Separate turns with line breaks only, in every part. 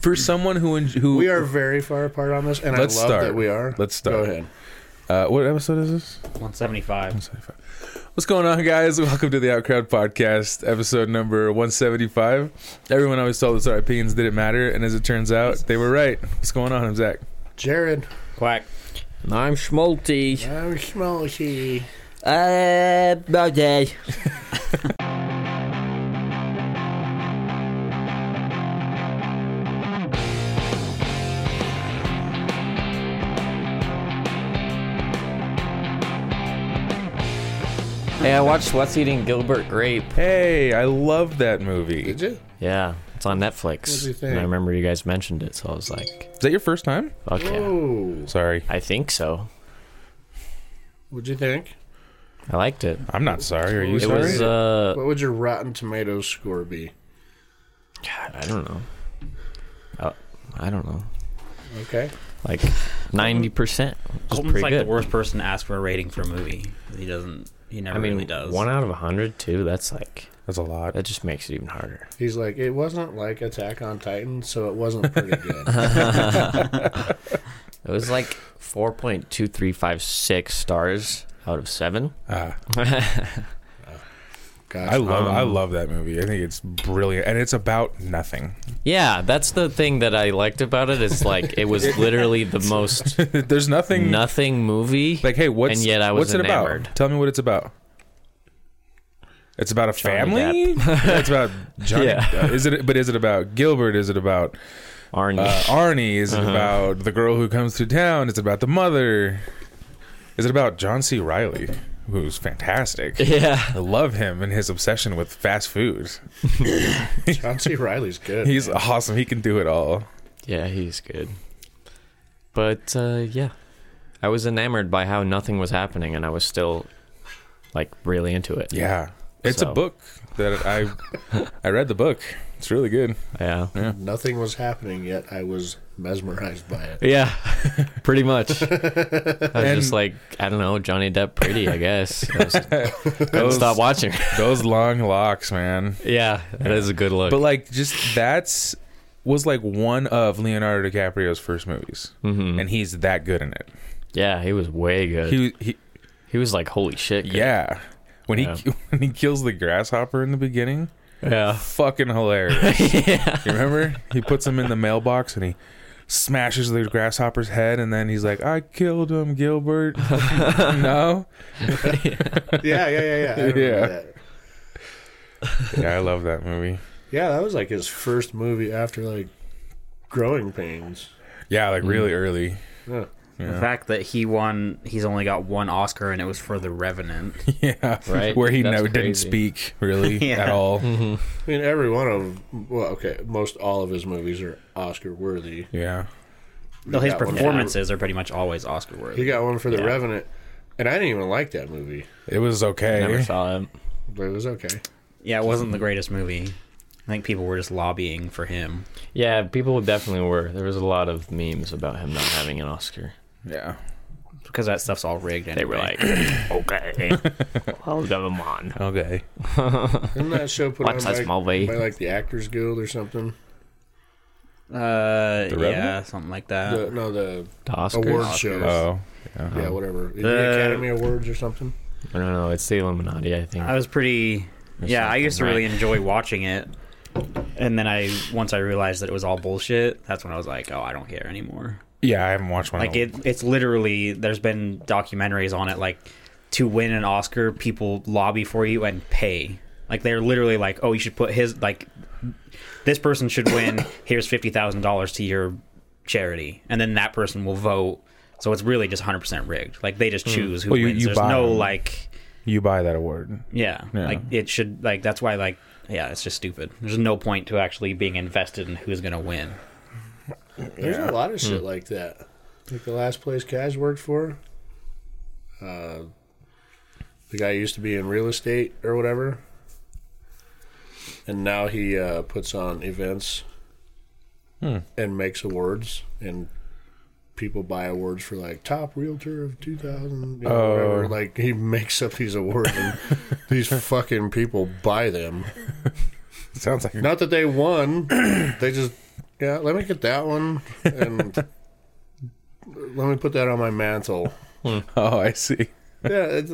for someone who en- who
We are very far apart on this, and
Let's
I love
start.
that we are.
Let's start.
Go ahead.
uh, what episode is this?
175.
175. What's going on, guys? Welcome to the Outcrowd Podcast, episode number 175. Everyone always told us our opinions didn't matter, and as it turns out, they were right. What's going on? I'm Zach.
Jared.
Quack.
And I'm Schmalti.
I'm Schmalky.
Uh, my day. Hey, I watched What's Eating Gilbert Grape.
Hey, I love that movie.
Did
Is
you?
Yeah, it's on Netflix.
What'd you think?
And I remember you guys mentioned it, so I was like,
that your first time?
fuck yeah.
Whoa.
Sorry.
I think so.
What'd you think?
I liked it.
I'm not sorry. Are you
It
sorry?
was, uh,
What would your Rotten Tomatoes score be?
God, I don't know. Uh, I don't know.
Okay.
Like ninety percent, which is
Colton's
pretty
like
good.
the worst person to ask for a rating for a movie. He doesn't. He never
I mean,
really does.
one out of a hundred too. That's like
That's a lot.
that just makes it even harder.
He's like, it wasn't like Attack on Titan, so it wasn't pretty good.
Uh-huh.
It was like four point two three five six stars out of seven.
Ah,
Gosh,
I love I love that movie. I think it's brilliant, and it's about nothing.
yeah, that's the thing that I liked about it. It's like it was literally the most
There's nothing.
nothing movie.
Like, hey, what's
And yet I was
what's it
enamored.
about? Tell me what it's about. It's about a family.
Johnny
Yeah, it's about Johnny.
Yeah.
uh, is it? But is it about Gilbert? Is it about
Arnie.
uh, Arnie? Is
Uh-huh.
it about the girl who comes through town? It's about the mother. Is it about John C. Riley, who's fantastic?
yeah,
I love him and his obsession with fast food.
John C. Riley's good.
He's
man.
awesome. He can do it all.
yeah, he's good. But uh, yeah, I was enamored by how nothing was happening, and I was still like really into it.
Yeah, it's
So-
a book that I I read the book. It's really good.
yeah.
Nothing was happening yet. I was mesmerized by it.
Yeah, pretty much. I was
And-
just like, I don't know, Johnny Depp, pretty, I guess. I was, couldn't
Those-
stop watching.
Those long locks, man.
yeah, that is a good look.
But like, just that's was like one of Leonardo DiCaprio's first movies,
Mhm.
and he's that good in it.
yeah, he was way good. He,
He, he
was like, holy shit. good.
yeah. When he
Yeah.
when he kills the grasshopper in the beginning,
yeah,
fucking hilarious. You remember? He puts him in the mailbox and he smashes the grasshopper's head, and then he's like, "I killed him, Gilbert." no,
Yeah, yeah, yeah, yeah. I remember
Yeah.
That.
yeah, I love that movie.
Yeah, that was like his first movie after like Growing Pains.
Yeah, like
Hmm.
really early.
Yeah.
The fact that he won, he's only got one Oscar, and it was for The Revenant.
Yeah,
Right?
Where he
That's
never didn't
crazy. Mm-hmm.
speak really
Yeah.
at all.
I mean, every one of well, okay, most all of his movies are Oscar worthy.
Yeah,
Though his
got one.
performances are pretty much always Oscar
He
worthy.
got one for The
Yeah.
Revenant, and I didn't even like that movie,
it was okay.
never saw him.
but it was okay.
yeah, it wasn't the greatest movie. I think people were just lobbying for him.
Yeah, people definitely were. There was a lot of memes about him not having an Oscar.
Yeah.
Because that stuff's all rigged. Anyway.
They were like, okay, I'll give him on.
Okay.
Isn't that show put
What's
on
this
by,
movie?
by like the Actors Guild or something?
uh, yeah,
Revenant?
something like that.
The, no, the
The Oscars?
award
Uh, Oscars.
shows.
Oh.
yeah, whatever.
The-
the Academy Awards or something.
I don't know. It's the Illuminati, I think.
I was pretty. Yeah, I
something,
used to really
right?
enjoy watching it, and then I once I realized that it was all bullshit. That's when I was like, oh, I don't care anymore.
Yeah, I haven't watched one.
Like
in a-
it, it's literally there's been documentaries on it. Like to win an Oscar, people lobby for you and pay. Like they're literally like, oh, you should put his like this person should win. Here's fifty thousand dollars to your charity, and then that person will vote. So it's really just hundred percent rigged. Like they just choose who
Hmm. Well, you-
wins.
you
There's
buy
no
them.
like.
you buy that award.
Yeah,
Yeah.
like it should like that's why like yeah, it's just stupid. There's no point to actually being invested in who's gonna win.
There's a lot of shit like that. Like the last place Kaz worked for, uh, the guy used to be in real estate or whatever, and now he uh, puts on events and makes awards, and people buy awards for like top realtor of 2000. You know, whatever. Like he makes up these awards, and these fucking people buy them.
Sounds like
Not that they won, they just Yeah, let me get that one and let me put that on my mantle.
Oh, I see.
Yeah, it's,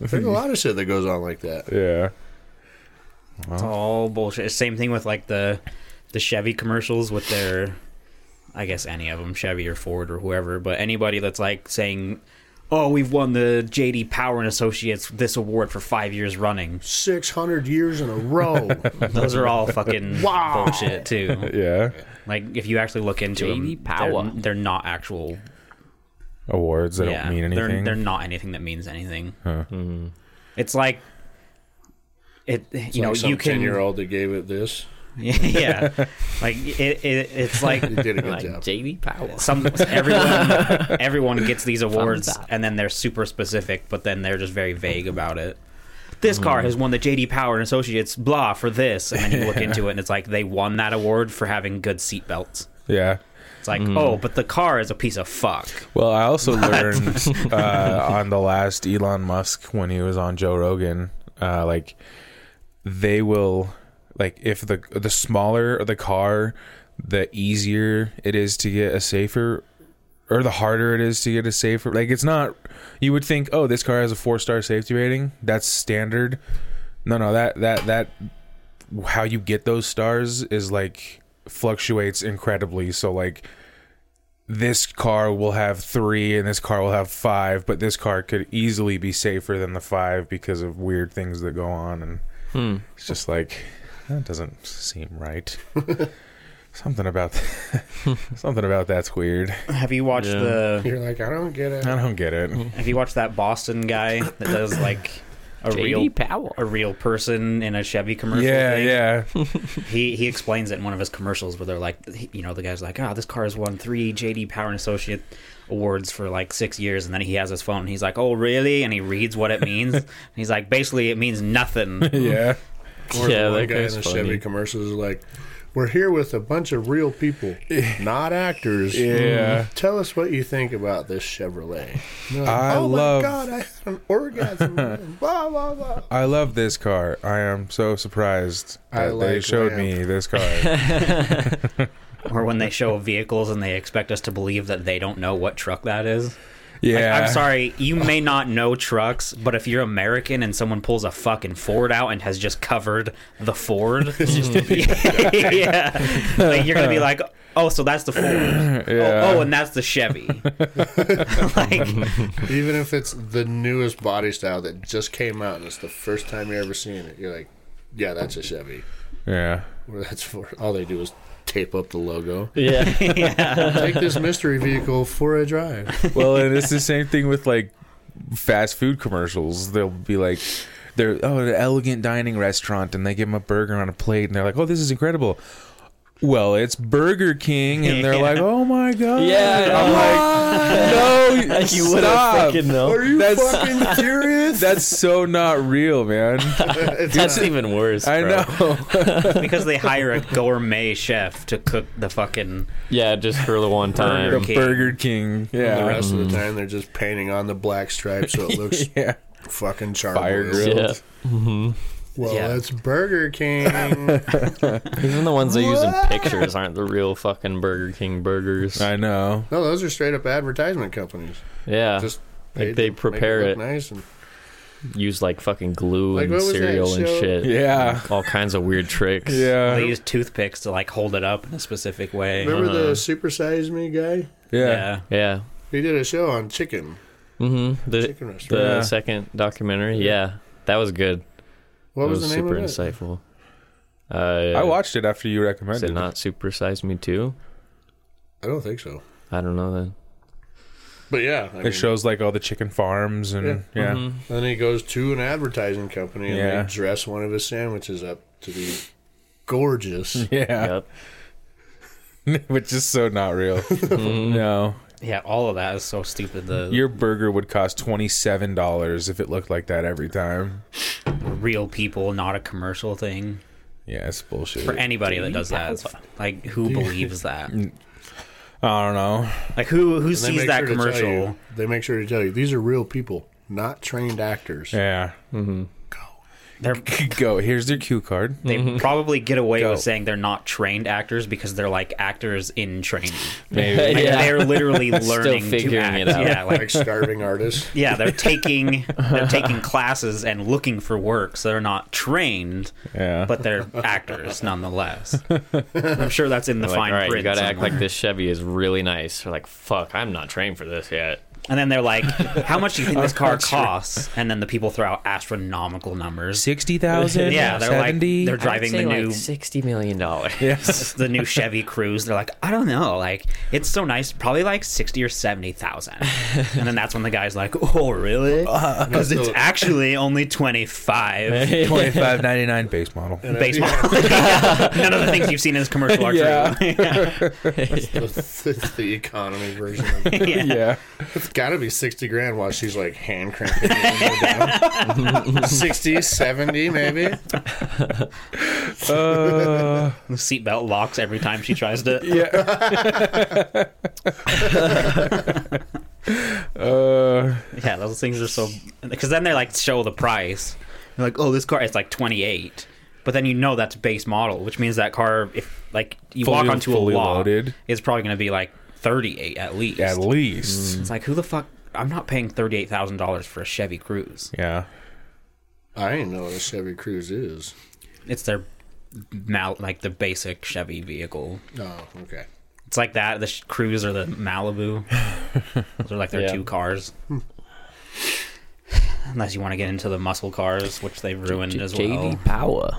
there's a lot of shit that goes on like that.
Yeah.
It's all bullshit. Same thing with like the the Chevy commercials with their, I guess any of them, Chevy or Ford or whoever, but anybody that's like saying, "Oh, we've won the JD Power and Associates this award for five years running."
Six hundred years in a row.
Those are all fucking
Wow.
bullshit too.
Yeah.
Like if you actually look into
JD
them,
Power.
They're, they're not actual.
Awards that
yeah,
don't mean
They're,
anything.
they're not anything that means anything. Mm-hmm. It's like it. You
you
know, you can.
year old that gave it this.
yeah, like it, it. It's like
You did a good
Like
job.
JD Powell.
some everyone everyone gets these awards
Thumbs up.
and then they're super specific, but then they're just very vague about it. This
Mm.
car has won the JD Power and Associates blah for this, and then you look into it and it's like they won that award for having good seat belts.
yeah.
It's like,
Mm.
oh, but the car is a piece of fuck.
Well, I also learned uh, on the last Elon Musk when he was on Joe Rogan, uh, like they will, like if the the smaller the car, the easier it is to get a safer, or the harder it is to get a safer. Like it's not, you would think, oh, this car has a four star safety rating, that's standard. No, no, that that that how you get those stars is like fluctuates incredibly. So like this car will have three and this car will have five, but this car could easily be safer than the five because of weird things that go on. And
Hmm.
it's just like, that doesn't seem right. something about something about that's weird.
Have you watched
Yeah.
the
You're like, I don't get it.
I don't get it.
Have you watched that Boston guy that does like a real
JD Powell.
a real person in a Chevy commercial?
Yeah,
thing?
yeah.
He he explains it in one of his commercials where they're like, he- you know, the guy's like, oh, this car has won three JD Power and Associate awards for like six years, and then he has his phone. And he's like, oh, really? And he reads what it means. and he's like, basically, it means nothing.
Yeah.
Or the one
Yeah, that
guy in
guy's
the
funny.
Chevy commercials is like, "We're here with a bunch of real people, not actors.
Yeah.
Tell us what you think about this Chevrolet." And they're like,
I
oh
love-
my god, I had an orgasm. blah blah blah.
I love this car. I am so surprised
I
that they
like
showed
lamp.
me this car.
or when they show vehicles and they expect us to believe that they don't know what truck that is. Like,
Yeah.
I'm sorry, you may not know trucks, but if you're American and someone pulls a fucking Ford out and has just covered the Ford, yeah, like, you're gonna be like, oh, so that's the Ford.
Yeah.
Oh, oh, and that's the Chevy. like,
Even if it's the newest body style that just came out and it's the first time you're ever seeing it, you're like, "Yeah, that's a Chevy."
Yeah.
Or that's for all they do is tape up the logo.
Yeah.
Take this mystery vehicle for a drive.
Well, and it's the same thing with like fast food commercials. They'll be like, they're oh, an elegant dining restaurant, and they give them a burger on a plate, and they're like, oh, this is incredible. Well, it's Burger King, and they're
Yeah.
like, oh my god.
I'm
I'm like, no,
Like, you wouldn't
stop.
fucking know.
Are you
That's-
fucking curious? That's so not real, man.
It's
That's
not-
even worse.
I
bro.
know.
because they hire a gourmet chef to cook the fucking.
Yeah, just for the one
the
time.
King.
Burger King.
the
Yeah.
rest of
Mm-hmm.
the time, they're just painting on the black stripe so it looks
Yeah.
fucking charcoal.
Fire grilled.
Yeah. Mm-hmm.
Well,
Yeah.
that's Burger King.
Even the ones they use in pictures aren't the real fucking Burger King burgers.
I know.
no, those are straight up advertisement companies.
Yeah.
Just
Like,
paid
they
to make
prepare
look
it.
Nice and
use like fucking glue
Like,
and
what was that
cereal and
show?
shit.
Yeah.
All kinds of weird tricks.
They
Yeah.
use toothpicks to like hold it up in a specific way.
remember the Super Size Me guy?
Yeah.
yeah.
Yeah.
He did a show on chicken,
Mm-hmm. The,
chicken
the
restaurant.
Yeah.
second documentary. Yeah. That was good.
what
That
was, the name
super
of it?
insightful. Uh,
I watched it after you
Is
recommended
it
it.
not Super Size Me too?
I don't think so.
I don't know then.
But yeah, I mean,
It shows like all the chicken farms and yeah.
Mm-hmm.
then he goes to an advertising company and
Yeah.
they dress one of his sandwiches up to be
Hmm.
gorgeous.
Yeah,
Yep.
which is so not real. no,
Yeah, all of that is so stupid. The
your burger would cost twenty seven dollars if it looked like that every time.
real people, not a commercial thing.
Yeah, it's bullshit.
For anybody that does that, it's like who believes that?
Mm.
I don't know.
Like who
And
who
they
sees
make
that
sure to tell
commercial?
you-
Mm-hmm.
they make sure to tell you these are real people, not trained actors.
Yeah,
Go.
they're
Go. Here's your cue card.
they
Mm-hmm.
probably get away
Go.
with saying they're not trained actors because they're like actors in training.
Maybe.
Like,
Yeah.
They're literally learning to
figuring
act.
it out.
Yeah, like
like starving artists.
yeah, they're taking they're taking classes and looking for work, so they're not trained,
Yeah.
but they're actors nonetheless. I'm sure that's in the
Like,
fine
all right,
print.
you gotta act
somewhere.
like this Chevy is really nice. They're like, fuck, I'm not trained for this yet.
And then they're like, "How much do you think this car costs?" And then the people throw out astronomical numbers.
Sixty thousand.
Yeah, they're like
seventy.
they're driving the new
sixty million dollars.
the new Chevy Cruise. They're like, I don't know, like it's so nice, probably like sixty or seventy thousand. And then that's when the guy's like, Oh, really?
Uh,
Because it's actually only twenty five.
twenty-five ninety-nine base model.
Base model. None of the things you've seen in this commercial are
Yeah.
true.
It's the economy version. Of it.
yeah.
Yeah.
It's got to be 60 grand while she's like hand cramping it down. 60, 70 maybe.
Uh,
The seatbelt locks every time she tries to.
yeah. uh,
Yeah, those things are so. Because then they like show the price. They're like, oh, this car is like twenty eight. But then you know that's base model, which means that car, if like you
Fully-
walk onto a
fully
lot,
loaded.
is probably going to be like thirty eight at least.
at least.
It's like who the fuck? I'm not paying thirty eight thousand dollars for a Chevy Cruise.
Yeah.
I ain't know what a Chevy Cruise is.
It's their mal like the basic Chevy vehicle.
Oh, okay.
It's like that. The sh- Cruise or the Malibu. Those are like their
Yeah.
two cars. Unless you want to get into the muscle cars, which they've ruined as well.
Power.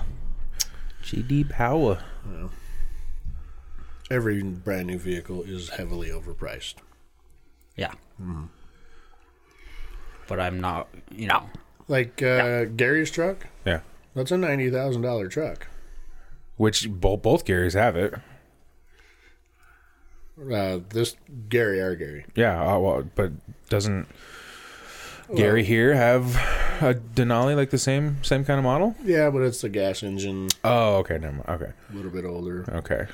GD Power.
Every brand new vehicle is heavily overpriced.
Yeah. But I'm not, you know.
Like uh, Gary's truck,
Yeah.
that's a $90,000 truck.
Which both both Garys have it.
Uh, this Gary, our Gary.
Yeah. Uh, well, but doesn't Gary here have a Denali like the same same kind of model?
Yeah, but it's the gas engine,
Oh, okay. Never mind. Okay.
a little bit older.
Okay.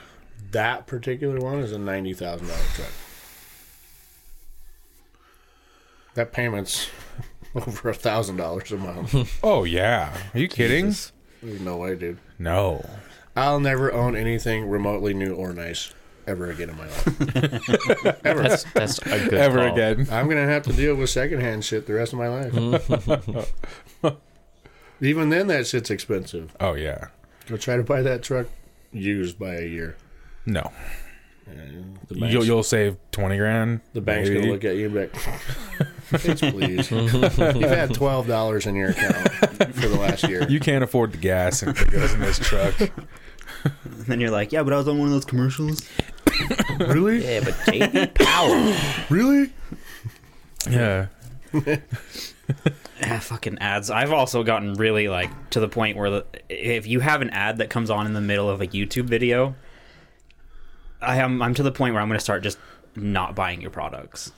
That particular one is a ninety thousand dollar truck. That payment's over a thousand dollars a month.
Oh yeah. Are you kidding?
There's no way, dude.
No.
I'll never own anything remotely new or nice ever again in my life. ever.
That's that's a good
Ever
call.
again.
I'm gonna have to deal with secondhand shit the rest of my life. Even then, that shit's expensive.
Oh yeah.
Go try to buy that truck used by a year.
No.
And the bank's-
You'll you'll save twenty grand.
The bank's
maybe.
gonna look at you and be like, "Bitch, please. You've had twelve dollars in your account for the last year.
You can't afford the gas and it goes in this truck.
And then you're like, yeah, but I was on one of those commercials.
really,
Yeah, but JD Power.
really?
Yeah.
Ah, fucking ads. I've also gotten really like to the point where the, if you have an ad that comes on in the middle of a YouTube video, I am I'm to the point where I'm going to start just not buying your products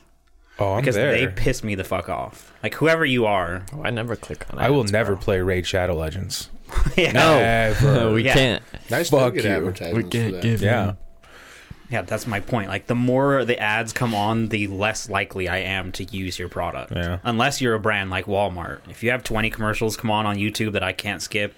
Oh, I'm
because
there.
they piss me the fuck off. Like whoever you are,
Oh, I never click on.
I will
ads,
never
bro.
play Raid Shadow Legends.
yeah,
Ever.
we
Yeah.
can't.
Nice to
Fuck
get
you.
advertisements for that.
yeah.
yeah, that's my point. Like the more the ads come on, the less likely I am to use your product.
Yeah.
Unless you're a brand like Walmart. If you have 20 commercials come on on YouTube that I can't skip,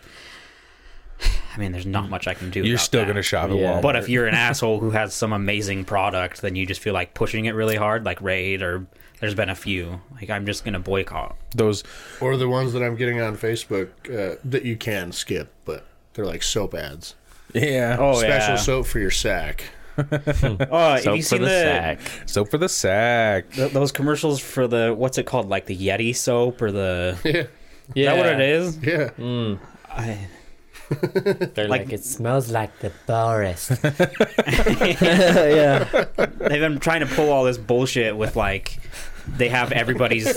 I mean, there's not much I can do.
You're
about
still
that.
going to shop at
Yeah.
Walmart.
But if you're an asshole who has some amazing product, then you just feel like pushing it really hard, like Raid or there's been a few. Like I'm just gonna boycott.
Those,
Or the ones that I'm getting on Facebook uh, that you can skip, but they're like soap ads.
yeah.
Oh
Special soap for your sack.
Oh,
So
have
for
you seen
the,
the,
sack.
So for the sack.
th- those commercials for the what's it called, like the Yeti soap or the? Is
Yeah,
Yeah, Mm.
that what it is?
yeah.
I,
They're
Like-
like, it smells like the forest.
they've been trying to pull all this bullshit with like they have everybody's you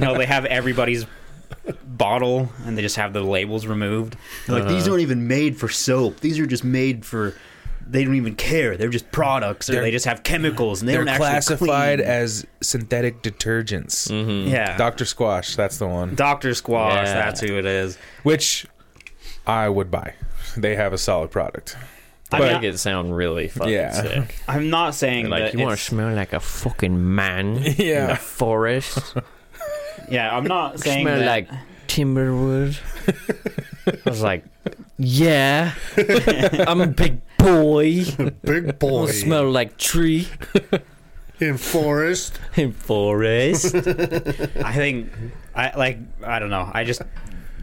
know they have everybody's bottle and they just have the labels removed They're like
Uh-huh.
these aren't even made for soap these are just made for they don't even care they're just products or
They're-
they just have chemicals and they
They're
don't
classified
actually
as synthetic detergents.
mm-hmm.
clean. yeah
Dr. Squash, that's the one.
Dr. Squash,
Yeah.
that's who it is.
Which I would buy. They have a solid product.
I
I
mean,
make it sound really fucking
Yeah.
sick.
I'm not saying
Like
that
you want to
it's-
smell like a fucking man in
Yeah.
the forest.
yeah, I'm not saying
smell
that.
like timberwood. I was like, yeah, I'm a big boy.
Big
I
boy
smell like tree
in forest.
and forest.
I think I like I don't know. I just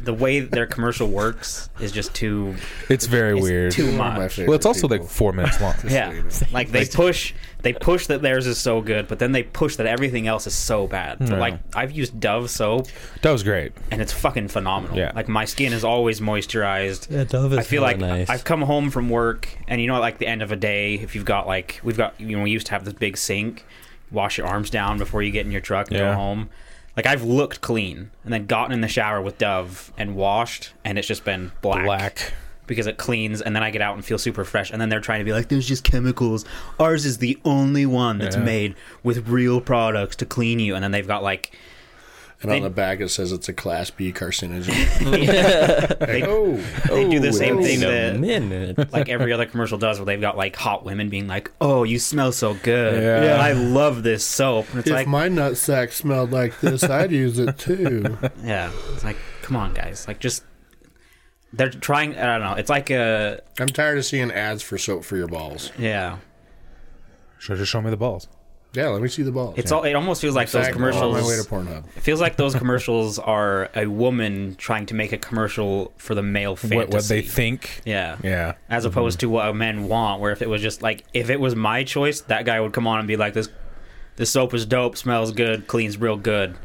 the way their commercial works is just too
It's very
it's
weird.
too
One of my
much.
favorite
well, it's also
people.
like four minutes long.
Yeah, like they push they push that theirs is so good, but then they push that everything else is so bad. So,
Yeah.
Like I've used Dove soap
that was great.
and it's fucking phenomenal.
Yeah.
Like my skin is always moisturized.
Yeah, Dove is
I feel like
hella nice.
I've come home from work, and you know, like the end of a day, if you've got like we've got you know we used to have this big sink, wash your arms down before you get in your truck and
Yeah.
go home. Like I've looked clean and then gotten in the shower with Dove and washed, and it's just been black,
Black.
because it cleans, and then I get out and feel super fresh. And then they're trying to be like, "There's just chemicals. Ours is the only one that's
Yeah.
made with real products to clean you." And then they've got like
And
They-
on the back it says it's a class B carcinogen.
they,
oh,
they do the same
wait
thing
Wait
that
a minute.
like every other commercial does, where they've got like hot women being like, "Oh, you smell so good.
Yeah.
I love this soap." And it's
if
like,
my nut sack smelled like this, I'd use it too.
yeah, it's like, come on, guys, like just they're trying. I don't know. It's like a
I'm tired of seeing ads for soap for your balls.
yeah.
Should just show me the balls.
Yeah, let me see the balls.
It's all. It almost feels like those
Sack, I'm On my way to
commercials.
Pornhub.
It feels like those commercials are a woman trying to make a commercial for the male fantasy.
What, what they think.
Yeah.
Yeah.
As
Mm-hmm.
opposed to what men want, where if it was just like if it was my choice, that guy would come on and be like, "This, this soap is dope, smells good, cleans real good.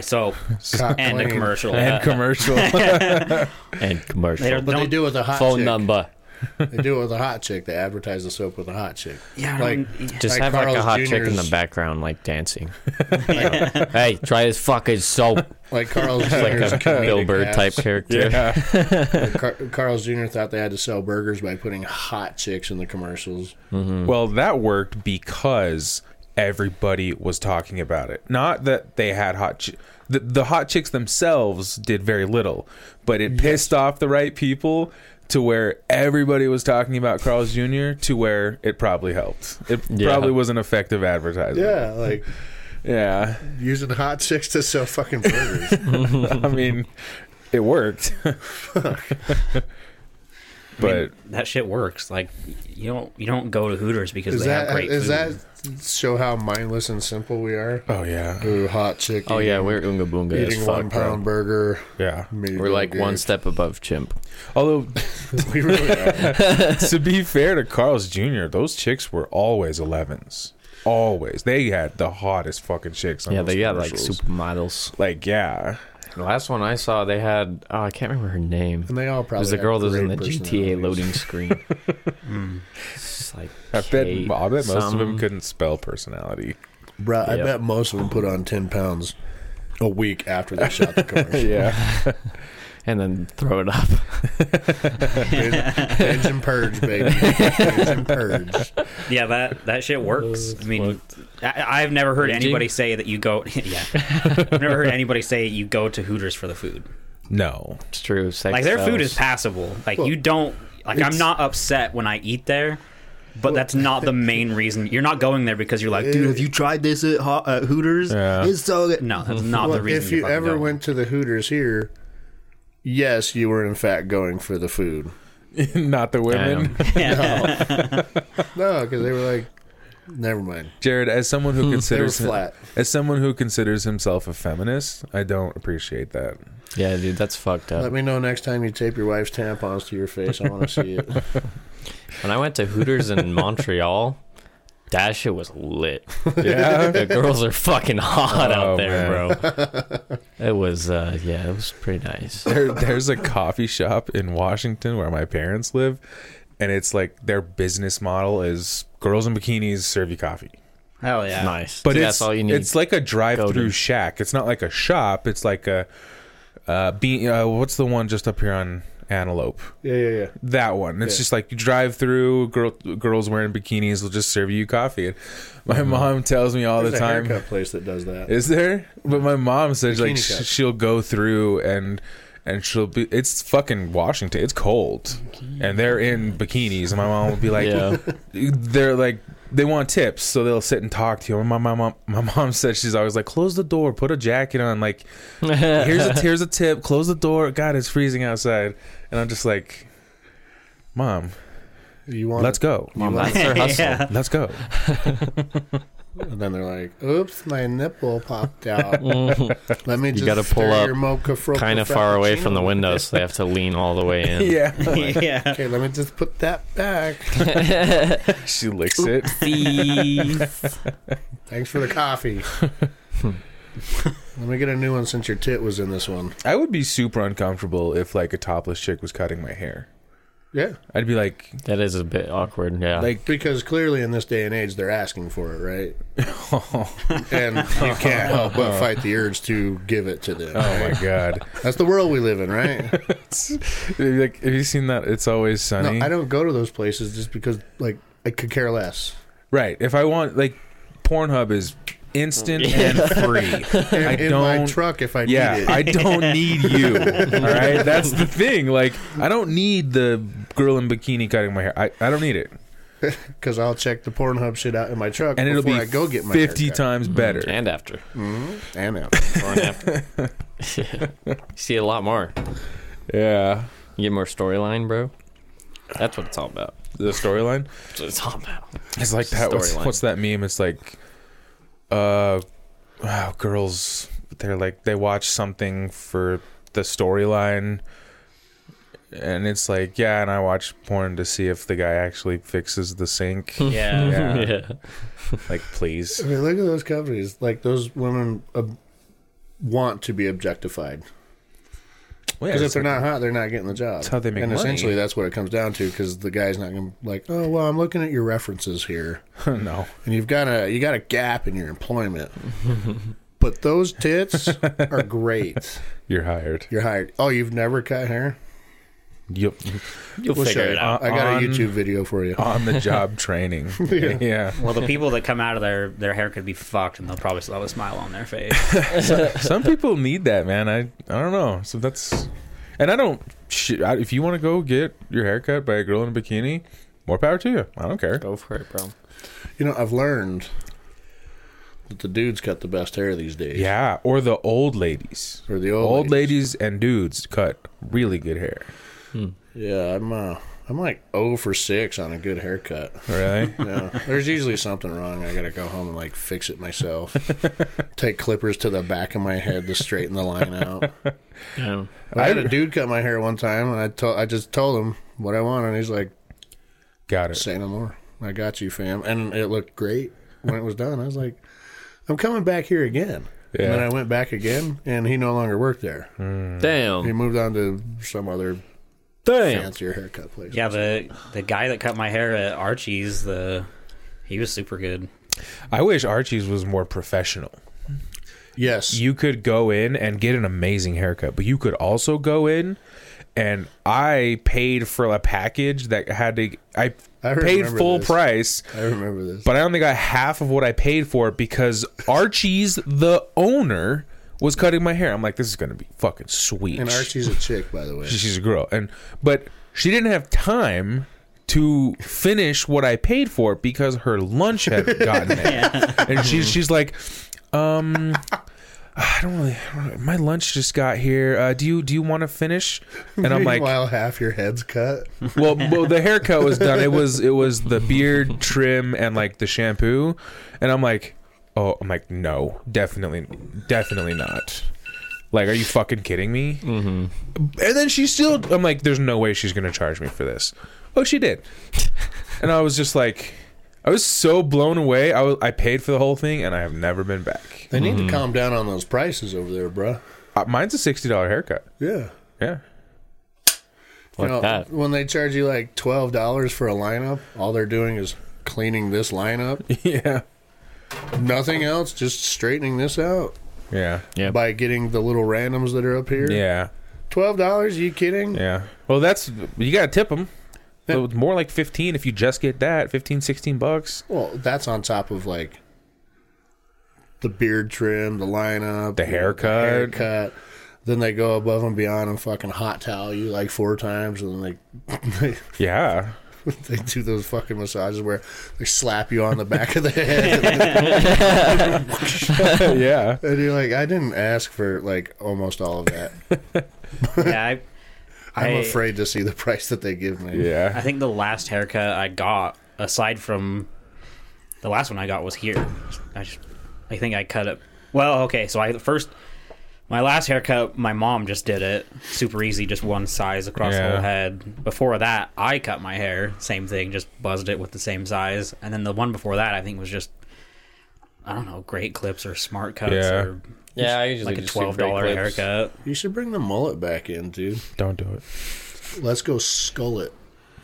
soap."
Cock
and a
clean.
commercial.
And commercial. yeah.
and
They
commercial.
don't,
But they do it with a hot
Phone
chick.
number.
They do it with a hot chick. They advertise the soap with a hot chick.
Yeah, I
like
don't- yeah.
Just
Like
have like a
Carl's
hot chick in the
Jr.'s.
background, like dancing. hey, try this fucking soap.
like Carl's
Like
Jr.'s
a
comedic
Bill Burr
ads.
type character.
Car- Carl's Jr. thought they had to sell burgers by putting hot chicks in the commercials.
Well, that worked because everybody was talking about it. Not that they had hot chi- the, the hot chicks themselves did very little, but it pissed off the right people to where everybody was talking about Carl's Jr. to where it probably helped. It
Yeah.
probably was an effective advertisement.
Yeah, like
Yeah.
using hot chicks to sell fucking burgers.
I mean, it worked. but
that shit works. Like you don't you don't go to Hooters because
Is
they have
that
great
is
food.
that show how mindless and simple we are?
oh yeah.
Ooh, hot chick.
Oh yeah,
eating-
we're unga boonga as
eating
fuck.
one
bro.
pound burger.
Yeah.
Maybe
We're like
good.
one step above chimp.
Although
we really are.
to be fair to Carl's Jr., those chicks were always 11s. Always. They had the hottest fucking chicks on
Yeah,
those
they got like
commercials.
supermodels.
Like, yeah.
The last one I saw, they had oh, I can't remember her name.
And they all
It
probably
was the
have
girl that was in the
great
GTA
personalities.
loading screen.
Hmm.
It's like
I bet, I
Kate
bet most of them
some-
couldn't spell personality.
Bruh, I
Yep.
bet most of them put on ten pounds a week after they shot the commercial.
Yeah.
and then throw it up.
Binge binge and purge, baby. Binge and purge.
yeah, that that shit works. I mean, I, I've never heard
Binging?
anybody say that you go. yeah, I've never heard anybody say you go to Hooters for the food.
No.
It's true. Sex
Like their food
sells.
is passable. Like
Well,
you don't. Like I'm
it's-
not upset when I eat there. But that's not the main reason. You're not going there because you're like, dude, have you tried this at, Ho- at Hooters?
Yeah.
It's so good.
No, that's not the
Well,
reason.
if you
fucking
ever
go.
went to the Hooters here, yes, you were in fact going for the food.
Not the women.
Damn.
No, because they were like, never mind.
Jared, as someone who
They were
considers
flat.
as someone who considers himself a feminist, I don't appreciate that.
yeah, dude, that's fucked up.
Let me know next time you tape your wife's tampons to your face. I want to see it.
When I went to Hooters in Montreal, that shit was lit.
Yeah.
The girls are fucking hot
Oh,
out there, bro. It was, uh, yeah, it was pretty nice.
there, there's a coffee shop in Washington where my parents live, and it's like their business model is girls in bikinis serve you coffee.
Hell yeah.
Nice,
But
See,
it's,
that's all you need.
It's like a
Go
drive-through
to-
shack. It's not like a shop. It's like a uh, be, uh what's the one just up here on Antelope?
Yeah, yeah, yeah.
That one. It's
Yeah.
just like you drive through. Girl, girls wearing bikinis will just serve you coffee. And my mom tells me all
There's
the
a
time.
haircut place that does that.
Is there? But my mom says like
Bikini cut.
sh- she'll go through and and she'll be. It's fucking Washington. It's cold, and they're in bikinis, and my mom will be like,
Yeah.
they're like they want tips, so they'll sit and talk to you. And My my mom, my mom said she's always like, close the door, put a jacket on. Like, here's a here's a tip, close the door. God, it's freezing outside, and I'm just like, mom,
You want?
let's go,
Mom, that's their hustle.
Yeah.
let's go.
And then they're like, "Oops, my nipple popped out." Let me just
gotta pull
stir
up
your mocha fro-
Kind of Mm-hmm. far away from the
frappuccino.
window, so they have to lean all the way in.
yeah,
yeah.
Okay, let me just put that back.
she licks it.
Thanks for the coffee. let me get a new one since your tit was in this one.
I would be super uncomfortable if like a topless chick was cutting my hair.
Yeah,
I'd be like,
That is a bit awkward. Yeah.
like,
because clearly in this day and age they're asking for it, right? and you can't help but fight the urge to give it to them.
oh my god.
That's the world we live in, right?
It'd be like, have you seen that? It's always sunny.
No, I don't go to those places just because like I could care less.
Right. If I want like Pornhub is instant and free.
In,
I
in my
don't-
truck if I need
Yeah,
it.
I don't need you. All right. That's the thing. Like I don't need the girl in bikini cutting my hair. I, I don't need it.
because I'll check the Pornhub shit out in my truck
And it'll
before
be
I go get my
fifty
haircut.
times better.
Mm-hmm. Mm, and after. Mm-hmm.
And out.
Before and after. See a lot more.
Yeah.
You get more storyline, bro. That's what it's all about.
The storyline.
That's what it's all about.
It's like that what's,
Storyline.
what's that meme? It's like uh wow, girls they're like they watch something for the storyline and it's like, yeah, and I watch porn to see if the guy actually fixes the sink.
Yeah.
Yeah.
yeah.
like please
I mean, look at those companies. Like those women ob- want to be objectified because if they're not hot, they're not getting the job.
That's how they make
And
money.
essentially, that's what it comes down to. Because the guy's not going to like, oh well, I'm looking at your references here,
no
and you've got a you got a gap in your employment. but those tits are great.
you're hired
You're hired. Oh, you've never cut hair?
yep
You'll
We'll
figure
show you.
it out.
I got
On-
a YouTube video for you.
on the job training yeah.
Well, the people that come out of their their hair could be fucked, and they'll probably still have a smile on their face.
some people need that man i i don't know so that's and i don't sh- I, if you want to go get your hair cut by a girl in a bikini more power to you i don't care
Go for it, bro.
You know, I've learned that the dudes cut the best hair these days.
yeah or the old ladies
Or the
old,
old,
ladies. and dudes cut really good hair
Yeah, I'm uh, I'm like 0 for 6 on a good haircut.
really
Yeah. There's usually something wrong. I got to go home and like fix it myself. Take clippers to the back of my head to straighten the line out.
Yeah.
I had a dude cut my hair one time and I told I just told him what I want and he's like,
got it
"Say no more. I got you, fam." And it looked great when it was done. I was like, "I'm coming back here again."
Yeah.
And then I went back again and he no longer worked there. He
Damn.
moved on to some other
Damn.
fancier haircut place.
yeah, the the guy that cut my hair at Archie's, the he was super good.
i wish archie's was more professional
Yes.
you could go in and get an amazing haircut, but you could also go in and I paid for a package that had to I,
I
paid
remember
full
this.
price,
I remember this.
but I only got half of what I paid for it because Archie's the owner was cutting my hair. I'm like, this is gonna be fucking sweet.
and Archie's a chick, by the way.
she's a girl, and but she didn't have time to finish what I paid for because her lunch had gotten it and she's she's like, um, I don't really. I don't really- my lunch just got here. Uh, do you do you want to finish? And I'm like,
Meanwhile, half your head's cut.
well, well, the haircut was done. It was it was the beard trim and like the shampoo, and I'm like, oh, I'm like, no, definitely, definitely not. Like, are you fucking kidding me? Mm-hmm. And then she still, I'm like, there's no way she's gonna charge me for this. Oh, she did, and I was just like, I was so blown away. I was, I paid for the whole thing, and I have never been back.
They need to calm down on those prices over there, bruh.
Uh, mine's a sixty dollar haircut.
Yeah.
Yeah,
Like that.
When they charge you like twelve dollars for a lineup, all they're doing is cleaning this lineup.
yeah,
Nothing else, just straightening this out
yeah,
Yep.
by getting the little randoms that are up here.
yeah.
Twelve dollars? You kidding?
Yeah. Well, that's you gotta tip them. So it's more like 15 if you just get that 15 16 bucks
Well, that's on top of like the beard trim, the lineup,
The haircut.
the haircut. Then they go above and beyond and fucking hot towel you like four times, and then they,
yeah
they do those fucking massages where they slap you on the back of the head, and,
yeah.
you're like, I didn't ask for like almost all of that.
yeah, I,
I'm
I-
afraid to see the price that they give me.
Yeah.
I think the last haircut I got, aside from the last one I got, was here. I just, I think I cut it. Well, okay, so I first, my last haircut, my mom just did it, super easy, just one size across the
Yeah.
whole head. Before that, I cut my hair, same thing, just buzzed it with the same size, and then the one before that, I think was just, I don't know, great clips or smart cuts
Yeah.
or
Yeah, I usually
like a
just do great
twelve dollar
clips.
haircut.
You should bring the mullet back in, dude.
Don't do it.
Let's go skull it.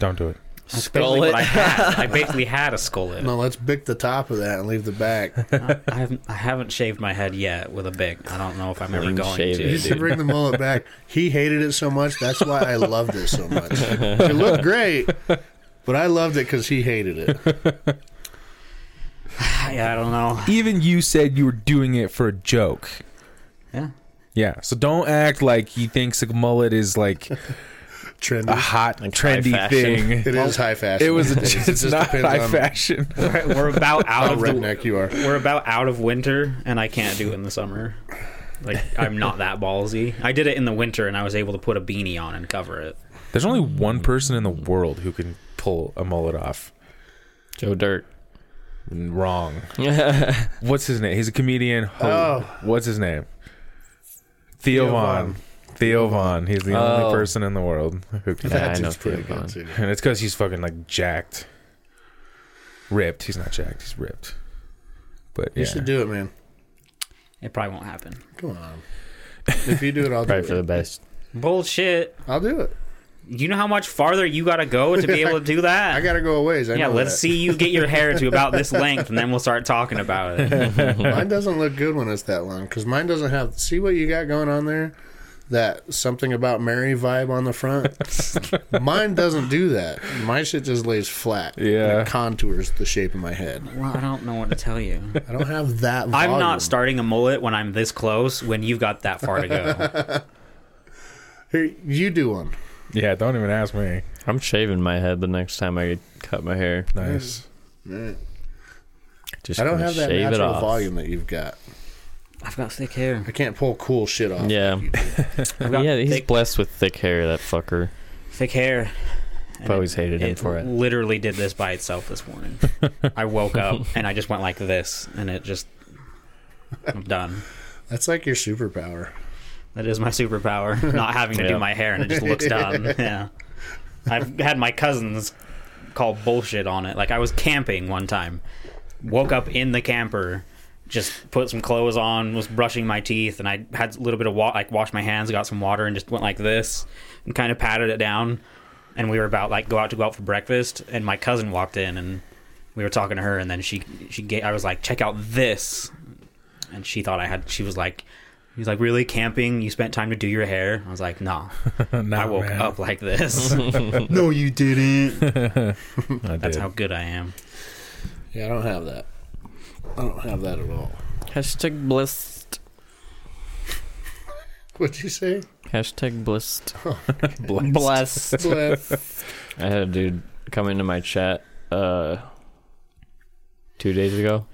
Don't do it.
That's basically
Skull
what
it.
I had. I basically had a skullet.
No, let's bick the top of that and leave the back.
I haven't, I haven't shaved my head yet with a bic. I don't know if I'm ever
Clean
going
shaven.
You
to.
should bring the mullet back. He hated it so much. That's why I loved it so much. It looked great, but I loved it because he hated it.
Yeah, I don't know.
Even you said you were doing it for a joke.
Yeah.
Yeah. So don't act like he thinks a mullet is like a
Trendy.
hot,
Like high
trendy
fashion.
thing.
It is high fashion.
Ah, It was.
It
It's,
just
not
depends
high
on
fashion.
We're, we're about out
how
of the,
redneck you are.
we're about out of winter, and I can't do it in the summer. Like I'm not that ballsy. I did it in the winter, and I was able to put a beanie on and cover it.
There's only one person in the world who can pull a mullet off.
Joe Dirt.
Wrong. What's his name? He's a comedian.
Oh.
What's his name? Theo
Theo
Vaughn.
Von.
Theo Vaughn. He's the
Oh.
only person in the world who can.
Yeah, I
That's
know
pretty
Theo
good,
Von.
too.
And it's because he's fucking like jacked, ripped. He's not jacked. He's ripped. But
You
yeah,
should do it, man.
It probably won't happen.
Come on. If you do it, I'll do
Probably for the
it.
best.
Bullshit.
I'll do it.
You know how much farther you got to go to be able to do that.
I gotta go a ways. I
yeah,
know
let's
that.
see you get your hair to about this length, and then we'll start talking about it.
Mine doesn't look good when it's that long because mine doesn't have. See what you got going on there? That something about Mary vibe on the front. mine doesn't do that. My shit just lays flat. and it
Yeah.
contours the shape of my head.
Well, I don't know what to tell you.
I don't have that.
I'm
Volume.
not starting a mullet when I'm this close. When you've got that far to go,
Here, you do one.
yeah. Don't even ask me.
I'm shaving my head the next time I cut my hair.
Nice.
Just
I don't
gonna
have that
shave it
natural
off.
volume that you've got.
I've got thick hair.
I can't pull cool shit off.
Yeah,
I've got
yeah. He's
thick,
blessed with thick hair. That fucker.
thick hair. And
I've always hated him for it.
Literally did this by itself this morning. I woke up and I just went like this, and it just. I'm done.
That's like your superpower.
That is my superpower. Not having to
Yeah.
do my hair, and it just looks done. Yeah, I've had my cousins call bullshit on it. Like I was camping one time, woke up in the camper, just put some clothes on, was brushing my teeth, and I had a little bit of water. Like washed my hands, got some water, and just went like this, and kind of patted it down. And we were about like go out to go out for breakfast, and my cousin walked in, and we were talking to her, and then she she gave, I was like, check out this, and she thought I had. She was like. He's like, really camping? You spent time to do your hair? I was like, nah. I woke up like this.
no, you didn't.
That's how good I am.
Yeah, I don't have that. I don't have that at all.
Hashtag blessed.
What'd you say?
Hashtag blessed.
blessed.
Blessed.
Bless.
I had a dude come into my chat uh, two days ago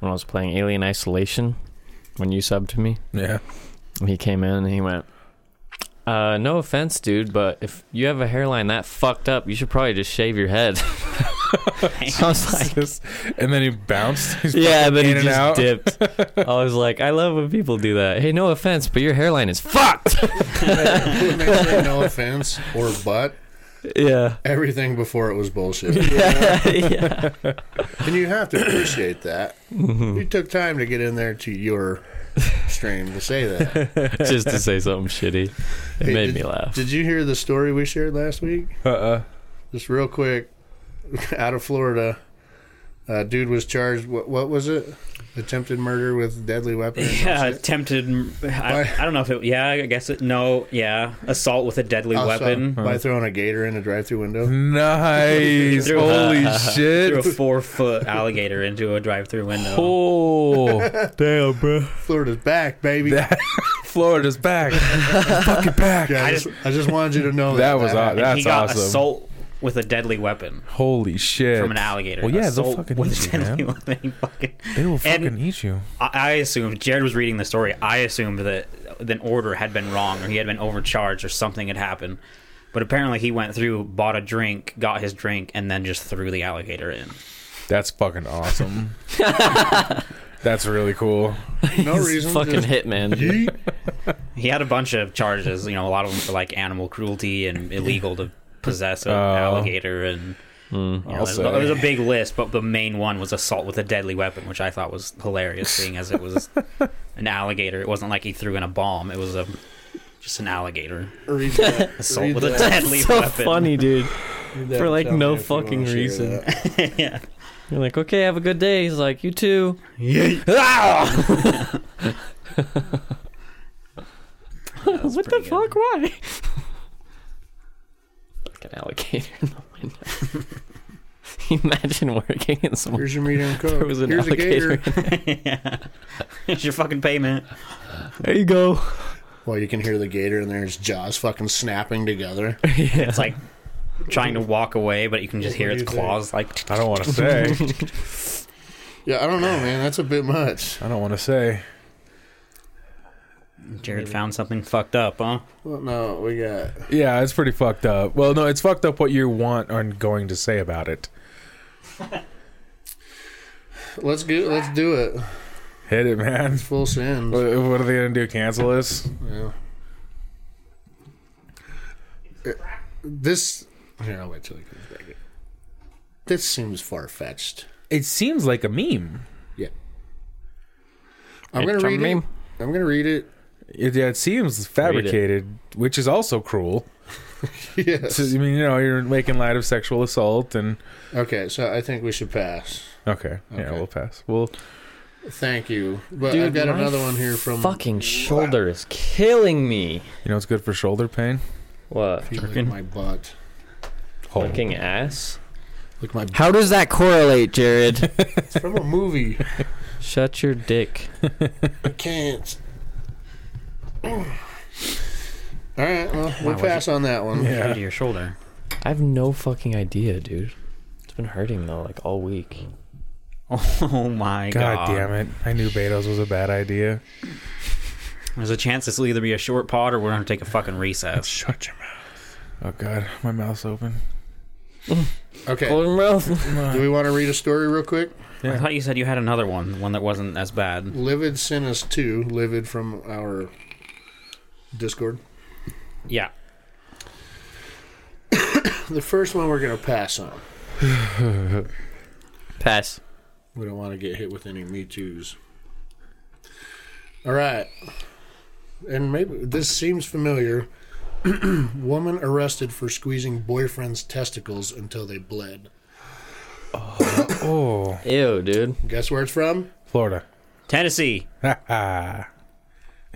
when I was playing Alien Isolation when you subbed to me.
Yeah.
He came in and he went, uh, No offense, dude, but if you have a hairline that fucked up, you should probably just shave your head. I was like,
and then he bounced. He's
Yeah,
fucking
then he
in and out.
just dipped. I was like, I love when people do that. Hey, no offense, but your hairline is fucked.
When they say no offense or but
yeah.
everything before it was bullshit.
yeah.
and you have to appreciate that.
Mm-hmm.
You took time to get in there to your stream to say that.
Just to say something shitty. It
Hey,
made
did-
me laugh.
Did you hear the story we shared last week?
Uh-uh.
Just real quick, out of Florida, uh, dude was charged. What, what was it? Attempted murder with deadly weapon. or some
Yeah,
shit?
attempted. I,
Why?
I don't know if it. Yeah, I guess it. No, yeah. Assault with a deadly
Also,
weapon.
by throwing a gator in a drive-through
Mm-hmm.
window.
uh, Nice.
Threw a-
Holy
Threw a
shit.
four foot alligator into a drive through window.
Oh, damn, bro.
Florida's back, baby.
That- Florida's back. Fucking back.
Yeah, I,
I
just,
just-
I just wanted you to know
That was aw-
happened.
and he
That's
got
awesome.
assault with a deadly weapon
Holy shit!
from an alligator.
Well, yeah, they'll
Assault
fucking
with
eat you,
deadly
man.
weapon. He fucking-
They will fucking
And-
eat you.
I, I assumed Jared was reading the story. I assumed that an order had been wrong or he had been overcharged or something had happened. But apparently, he went through, bought a drink, got his drink, and then just threw the alligator in.
That's fucking awesome. That's really cool.
No reason.
Fucking
just
hitman.
yeet.
He had a bunch of charges. You know, a lot of them for like animal cruelty and illegal to possess an alligator and. You know,
I'll
there's-
say.
there was a big list, but the main one was assault with a deadly weapon, which I thought was hilarious, seeing as it was an alligator. It wasn't like he threw in a bomb; it was a just an alligator
Read that.
assault
Read
with a
that.
deadly
so
weapon.
funny, dude.
Read that
For,
and
like,
tell
no
me if you wanna
fucking
share
reason.
that.
yeah.
You're like, okay, have a good day. He's like, you too.
Ah!
what the
pretty
fuck? Why? like an alligator in the window. Imagine working in some.
Here's your medium coke.
There was an
Here's
alligator.
a gator.
yeah. It's your fucking payment.
There you go.
Well, you can hear the gator and there's jaws fucking snapping together.
yeah.
It's like trying to walk away, but you can just hear
What do
its
you think?
claws like.
I don't want to say.
Yeah, I don't know, man. That's a bit much.
I don't want to say.
Jared found something fucked up, huh?
Well, no, we got.
Yeah, it's pretty fucked up. Well, no, it's fucked up what you want and going to say about it.
Let's go. Let's do it.
Hit it, man.
Full send.
What what are they gonna do? Cancel us?
Yeah. Uh, This. Here, I'll wait till he comes back. in. This seems far fetched.
It seems like a meme.
Yeah. I'm
It's
gonna
a
read
meme.
it. I'm gonna read it.
It, yeah, it seems fabricated, which is also cruel.
Yes.
So, I mean, you know, you're making light of sexual assault, and
Okay, so I think we should pass.
okay, yeah,
Okay.
we'll pass. Well,
Thank you. But
Dude,
I've got
my
another one here from
Fucking shoulder is killing me.
you know, it's good for shoulder pain.
What?
If you lick
Jerkin.
my butt.
Oh.
Fucking ass.
Look my butt.
How does that correlate, Jared?
It's from a movie.
Shut your dick.
I can't. All right, well, we'll
would
pass on that one.
Yeah.
Due to your shoulder.
I have no fucking idea, dude. It's been hurting though, like all week.
Oh my god.
God damn it! I knew Beto's was a bad idea.
There's a chance this will either be a short pod or we're gonna take a fucking recess.
Shut your mouth. Oh God, my mouth's open.
Okay,
Close your mouth.
do we want to read a story real quick?
I thought you said you had another one, one that wasn't as bad.
Livid sent us two. Livid from our Discord.
Yeah.
The first one we're gonna pass on.
Pass.
We don't want to get hit with any Me Too's. All right. And maybe this seems familiar. Woman arrested for squeezing boyfriend's testicles until they bled.
Oh,
Ew, dude.
Guess where it's from?
Florida.
Tennessee.
Ha ha.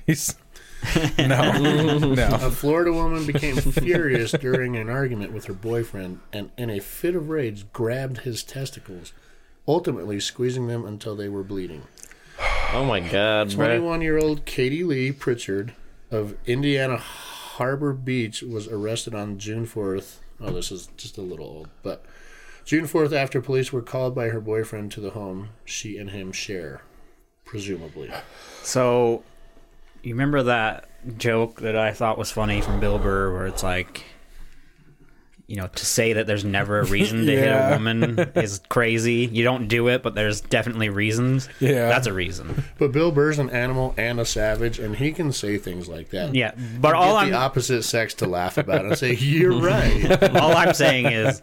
He's no, no.
A Florida woman became furious during an argument with her boyfriend and, in a fit of rage, grabbed his testicles, ultimately squeezing them until they were bleeding.
Oh my god, bro.
21 year old Katie Lee Pritchard of Indiana Harbor Beach was arrested on June 4th. Oh, this is just a little old, but June 4th, after police were called by her boyfriend to the home she and him share, presumably.
So, you remember that joke that I thought was funny from Bill Burr, where it's like, you know, to say that there's never a reason to hit
Yeah.
a woman is crazy. You don't do it, but there's definitely reasons.
Yeah.
that's a reason.
But Bill Burr's an animal and a savage, and he can say things like that.
Yeah, but all
Get
I'm
the opposite sex to laugh about it and say, You're right.
all I'm saying is,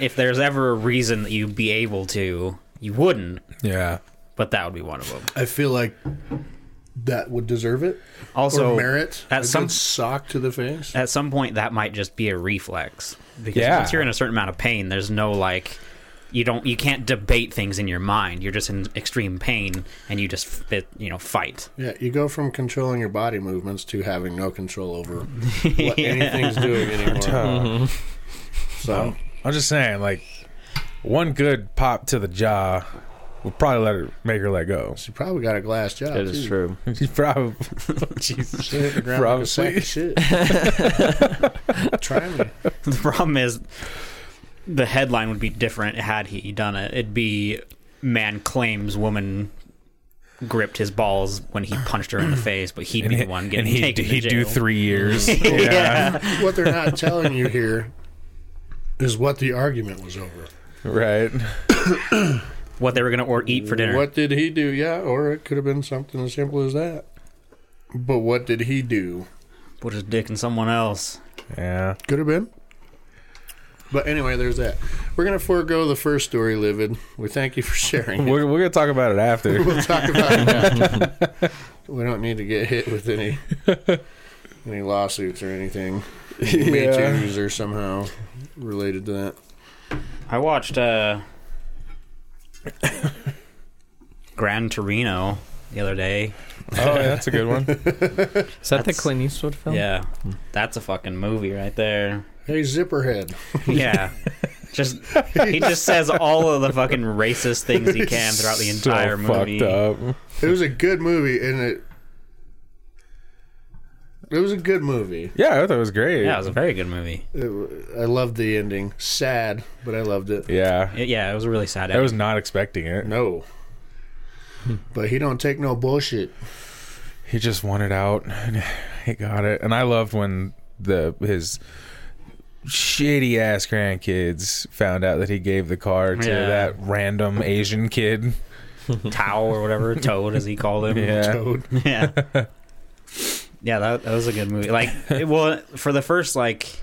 if there's ever a reason that you'd be able to, you wouldn't.
Yeah.
But that would be one of them.
I feel like that would deserve it.
Also,
or merit.
at
a
some-
good sock to the face.
at some point that might just be a reflex because
Yeah.
once you're in a certain amount of pain there's no like you don't you can't debate things in your mind you're just in extreme pain and you just fit you know fight
Yeah, you go from controlling your body movements to having no control over what anything's doing anymore. So
I'm just saying, like, one good pop to the jaw would probably let her make her let go.
she probably got a glass job.
That is
too.
true.
She probably
She hit the ground like a sack of shit. Try me.
the problem is the headline would be different had he done it. It'd be man claims woman gripped his balls when he punched her in the face, but he'd be the one getting
and he
taken
he
to
do
jail.
three years.
yeah.
What they're not telling you here is what the argument was over.
right.
what they were gonna or eat for dinner.
What did he do? Yeah, or it could have been something as simple as that. But what did he do?
Put his dick in someone else.
Yeah.
Could have been. But anyway, there's that. We're gonna forego the first story, livid. We thank you for sharing. it.
We're we're gonna talk about it after. Oh,
We'll talk about it. we don't need to get hit with any any lawsuits or anything. Yeah. Me
Yeah.
Too's are somehow related to that.
I watched uh Gran Torino the other day.
Oh, yeah, that's a good one.
Is that
That's-
the Clint Eastwood
Oh.
film?
Yeah. That's a fucking movie right there.
Hey, Zipperhead.
Yeah. Just he just says all of the fucking racist things he can throughout the
So
entire movie.
Fucked up.
It was a good movie, and it it was a good movie.
Yeah, I thought it was great.
Yeah, it was a very good movie.
It w- I loved the ending. Sad, but I loved it.
yeah.
It- yeah, it was a really sad.
I was not expecting it.
No. But he don't take no bullshit.
He just wanted out, and he got it. And I loved when the his shitty ass grandkids found out that he gave the car to
Yeah.
that random Asian kid.
Tao or whatever, Toad as he called him.
Yeah.
Toad.
yeah. Yeah, that, that was a good movie. Like, it, well, for the first like,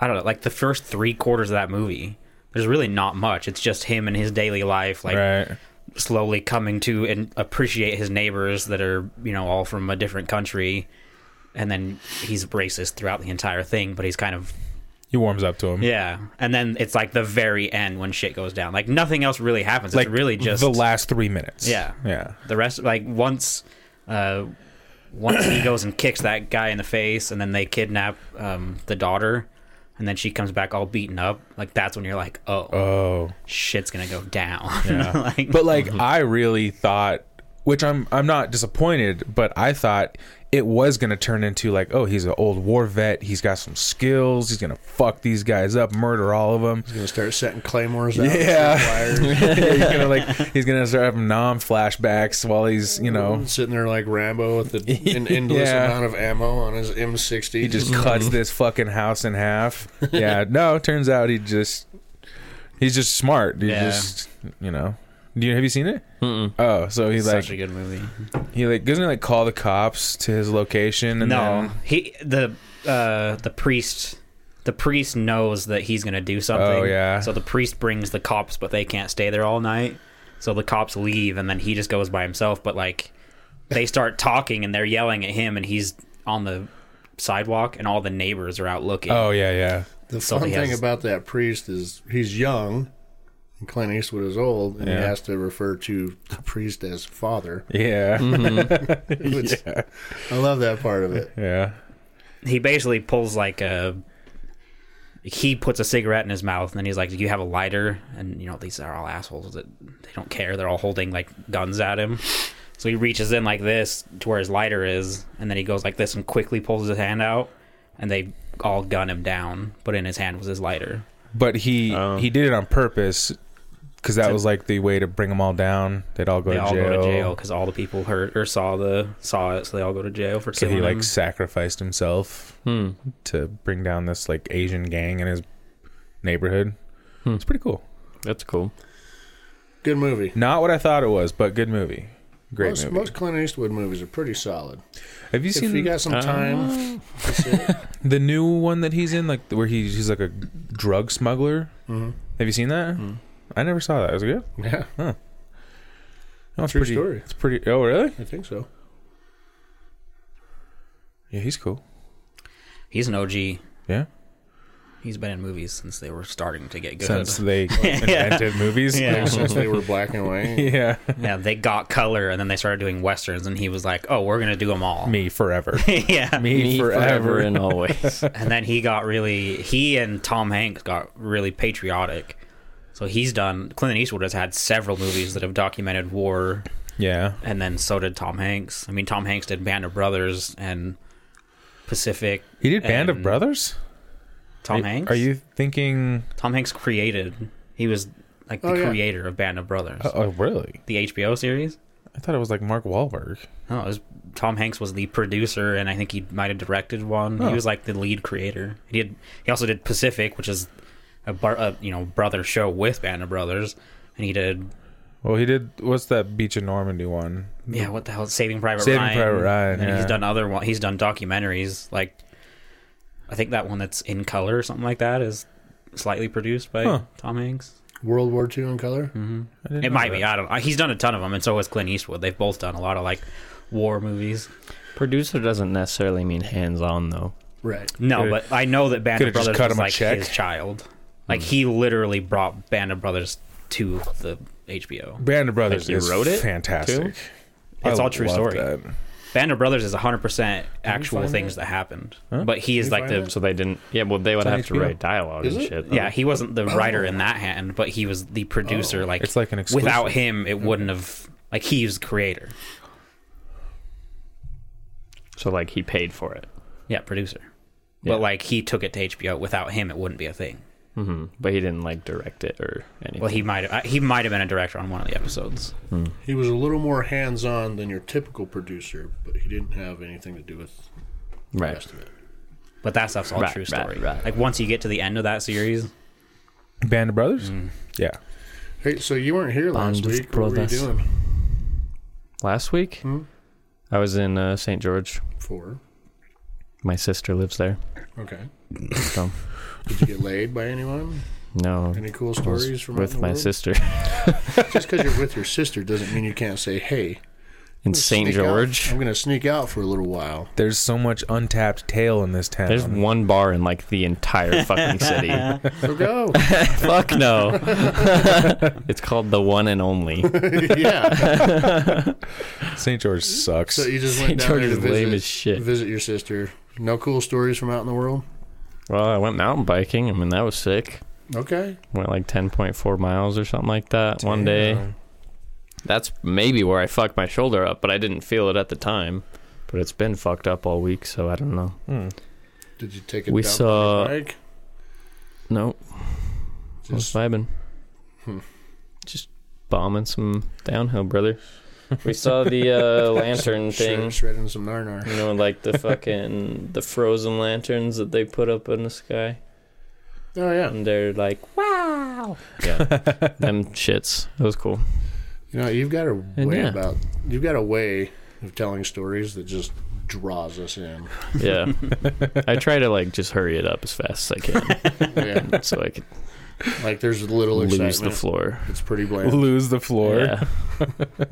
I don't know, like the first three quarters of that movie, there's really not much. It's just him and his daily life, like
right.
slowly coming to and appreciate his neighbors that are you know all from a different country, and then he's racist throughout the entire thing, but he's kind of
He warms up to him.
yeah. And then it's like the very end when shit goes down. Like nothing else really happens.
Like
it's really just
the last three minutes.
Yeah.
Yeah.
the rest like once uh once he goes and kicks that guy in the face and then they kidnap um the daughter and then she comes back all beaten up like that's when you're like oh
Oh.
shit's gonna go down
Yeah.
like
But like I really thought which I'm I'm not disappointed, but I thought it was gonna turn into like, oh, he's an old war vet, he's got some skills, he's gonna fuck these guys up, murder all of them.
He's gonna start setting claymores out.
Yeah. he's gonna like he's gonna start having nom flashbacks while he's you know
Sitting there like Rambo with the, an endless
Yeah.
amount of ammo on his M60.
he just
Mm-hmm.
cuts this fucking house in half. Yeah. No, turns out he just he's just smart. He
Yeah.
just you know. Do you have you seen it?
Mm-mm.
Oh, so he like
such a good movie
he like doesn't he like call the cops to his location and
no
then
he the uh the priest the priest knows that he's gonna do something
Oh, yeah.
so the priest brings the cops but they can't stay there all night so the cops leave and then he just goes by himself but like they start talking and they're yelling at him and he's on the sidewalk and all the neighbors are out looking
Oh yeah, yeah.
the
so
fun
he
thing
has-
about that priest is he's young, and Clint Eastwood is old, and he
Yeah.
has to refer to the priest as father.
Yeah.
Which, I love that part of it.
Yeah.
he basically pulls like a he puts a cigarette in his mouth and then he's like do you have a lighter and you know these are all assholes that they don't care they're all holding like guns at him so he reaches in like this to where his lighter is and then he goes like this and quickly pulls his hand out and they all gun him down but in his hand was his lighter
But he
Oh.
he did it on purpose cuz that
To-
was like the way to bring them all down. They'd all go,
they
to,
all
jail.
go to jail because all the people heard or saw the saw it so they all go to jail for
So
killing
he like
him.
sacrificed himself
Hmm.
to bring down this like Asian gang in his neighborhood.
Hmm.
It's pretty cool.
That's cool.
Good movie.
Not what I thought it was, but good movie. Great
most,
movie.
most Clint Eastwood movies are pretty solid.
Have you
If
seen
you got some
Uh,
time, that's it.
the new one that he's in, like where he, he's like a drug smuggler?
Mhm.
Have you seen that?
Mm.
I never saw that. Was it good?
yeah,
No, it's
True
pretty.
story.
It's pretty. Oh, really?
I think so.
Yeah, he's cool.
he's an og
Yeah,
he's been in movies since they were starting to get good
since they invented movies.
Yeah.
Since they were black and white,
yeah.
Yeah, they got color, and then they started doing westerns, and he was like, "Oh, we're gonna do them all."
Me forever.
yeah,
Me, forever.
and always.
and then he got really he and Tom Hanks got really patriotic. So he's done. Clint Eastwood has had several movies that have documented war,
Yeah.
and then so did Tom Hanks. I mean, Tom Hanks did Band of Brothers and Pacific.
He did Band of
And-
Brothers.
Tom
Are-
Hanks.
Are you thinking?
Tom Hanks created. He was like the
Oh, yeah.
creator of Band of Brothers,
Oh, oh, really?
the HBO series.
I thought it was like Mark Wahlberg.
Oh, it was, Tom Hanks was the producer, and I think he might have directed one.
Oh.
He was like the lead creator. He did. He also did Pacific, which is a, bar, a you know brother show with Band of Brothers, and he did
Well, he did. What's that Beach in Normandy one?
yeah what the hell Saving Private
Saving
Ryan.
Private Ryan,
And
yeah.
he's done other one. He's done documentaries like I think that one that's in color or something like that is slightly produced by
Huh. Mm-hmm.
Tom Hanks.
World War II in color.
I didn't
It
know
might
that.
be. I don't. know. He's done a ton of them, and so has Clint Eastwood. They've both done a lot of like war movies.
Producer doesn't necessarily mean hands on though.
Right.
No,
Could've-
but I know that Band of
could've just
Brothers
cut
was
him a
like
check. Hmm.
his child. Like he literally brought Band of Brothers to the HBO.
Band of Brothers
you
is
wrote it,
fantastic.
It's
I
all true
love
story.
that.
Band of Brothers is 100% actual
find
things
that?
that happened.
Huh?
But he is
you
like
find
the
So they didn't. Yeah, well, they would
It's on
have to
HBO.
write dialogue
Is
and
it? Oh.
shit. though.
yeah, he wasn't the writer in that hand, but he was the producer. Like
Oh. It's like an exclusive.
without him, it wouldn't have like he was the creator.
So like he paid for it,
Yeah, producer.
Yeah.
But like he took it to HBO. Without him, it wouldn't be a thing.
hmm but he didn't like direct it or anything.
Well, he might have. He might have been a director on one of the episodes.
He was a little more hands on than your typical producer, but he didn't have anything to do with the
right.
rest of it.
But that stuff's all
Right,
true
right,
story.
right.
Like once you get to the end of that series,
Band of Brothers.
Mm.
Yeah.
Hey, so you weren't here last
Band of
week. What were you
brothers.
doing?
Last week,
Hmm?
I was in uh, St. George.
For
My sister lives there.
okay.
So
Did you get laid by anyone?
no,
Any cool
I was
stories from out
with
in the
my
world?
sister
Just because you're with your sister doesn't mean you can't say, "Hey, I'm
in
gonna
St.
sneak out-
George.
I'm going to sneak out for a little while."
There's so much untapped tail in this town.
There's one bar in like the entire fucking city.
So go.
Fuck no. it's called the one and only.
yeah.
St. George sucks.
So you just
St.
went down
George
there to
is lame as
visit,
shit.
visit your sister. No cool stories from out in the world.
Well, I went mountain biking. I mean, that was sick.
Okay.
Went like 10.4 miles or something like that one day.
Damn.
That's maybe where I fucked my shoulder up, but I didn't feel it at the time. But it's been fucked up all week, so I don't know.
Hmm.
Did you take a
We
dump
saw-
on your bike?
Nope, I was
Just,
vibing.
Hmm.
Just bombing some downhill, brother. We saw the uh, lantern
shred-
thing.
shredding some narnar.
You know, like the fucking the frozen lanterns that they put up in the sky,
Oh yeah.
and they're like, "Wow!" Yeah, them shits. It was cool.
You know, you've got a way
And yeah.
about you've got a way of telling stories that just draws us in.
Yeah, I try to like just hurry it up as fast as I can,
Yeah.
so I can
like there's little
lose the
excitement.
floor.
it's pretty bland.
Lose the floor.
Yeah.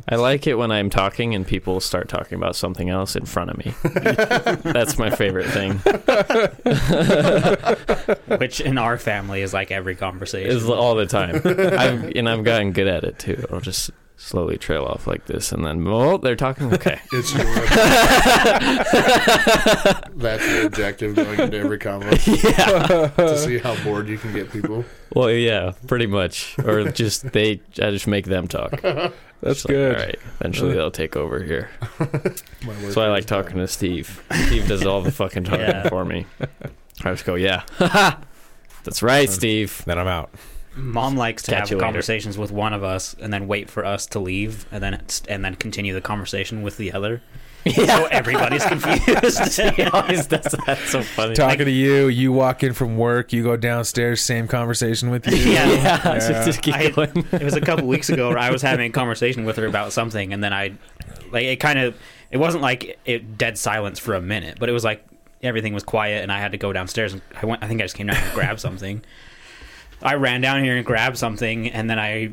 I like it when I'm talking and people start talking about something else in front of me. That's my favorite thing.
which in our family is like every conversation.
Is all the time. I've, and I've gotten good at it too. I'll just slowly trail off like this and then oh, they're talking. Okay.
It's your that's the objective going into every combo to see how bored you can get people.
Well, yeah, pretty much. Or just they I just make them talk.
That's
Just like,
good.
all right. Eventually they'll take over here.
My work
So I like
is done.
talking to Steve. Steve does all the fucking talking
Yeah.
for me. I just go, "Yeah." That's right, Steve.
Then I'm out.
Mom likes to
Catch
have
you later.
conversations with one of us and then wait for us to leave and then it's- and then continue the conversation with the other. So everybody's confused.
always does that. That's so funny.
Talking to you. You walk in from work. You go downstairs. Same conversation with you.
Yeah.
Yeah, so
Yeah.
just keep
I-
going.
it was a couple weeks ago where I was having a conversation with her about something, and then I, like, it kind of, it wasn't like it dead silence for a minute, but it was like everything was quiet, and I had to go downstairs, and I went, I think I just came down here and grabbed something. I ran down here and grabbed something, and then I,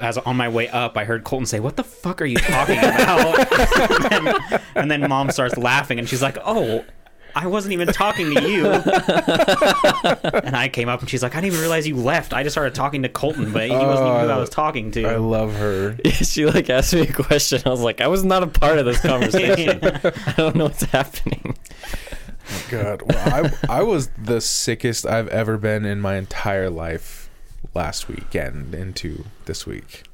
as on my way up, I heard Colton say, "What the fuck are you talking about?" and, then, and then mom starts laughing, and she's like, "Oh." I wasn't even talking to you. and I came up and she's like, I didn't even realize you left. I just started talking to Colton, but he wasn't even who I was talking to.
Uh, I love her.
she like asked me a question. I was like, I was not a part of this conversation. I don't know what's happening.
God, well, I I was the sickest I've ever been in my entire life last weekend into this week.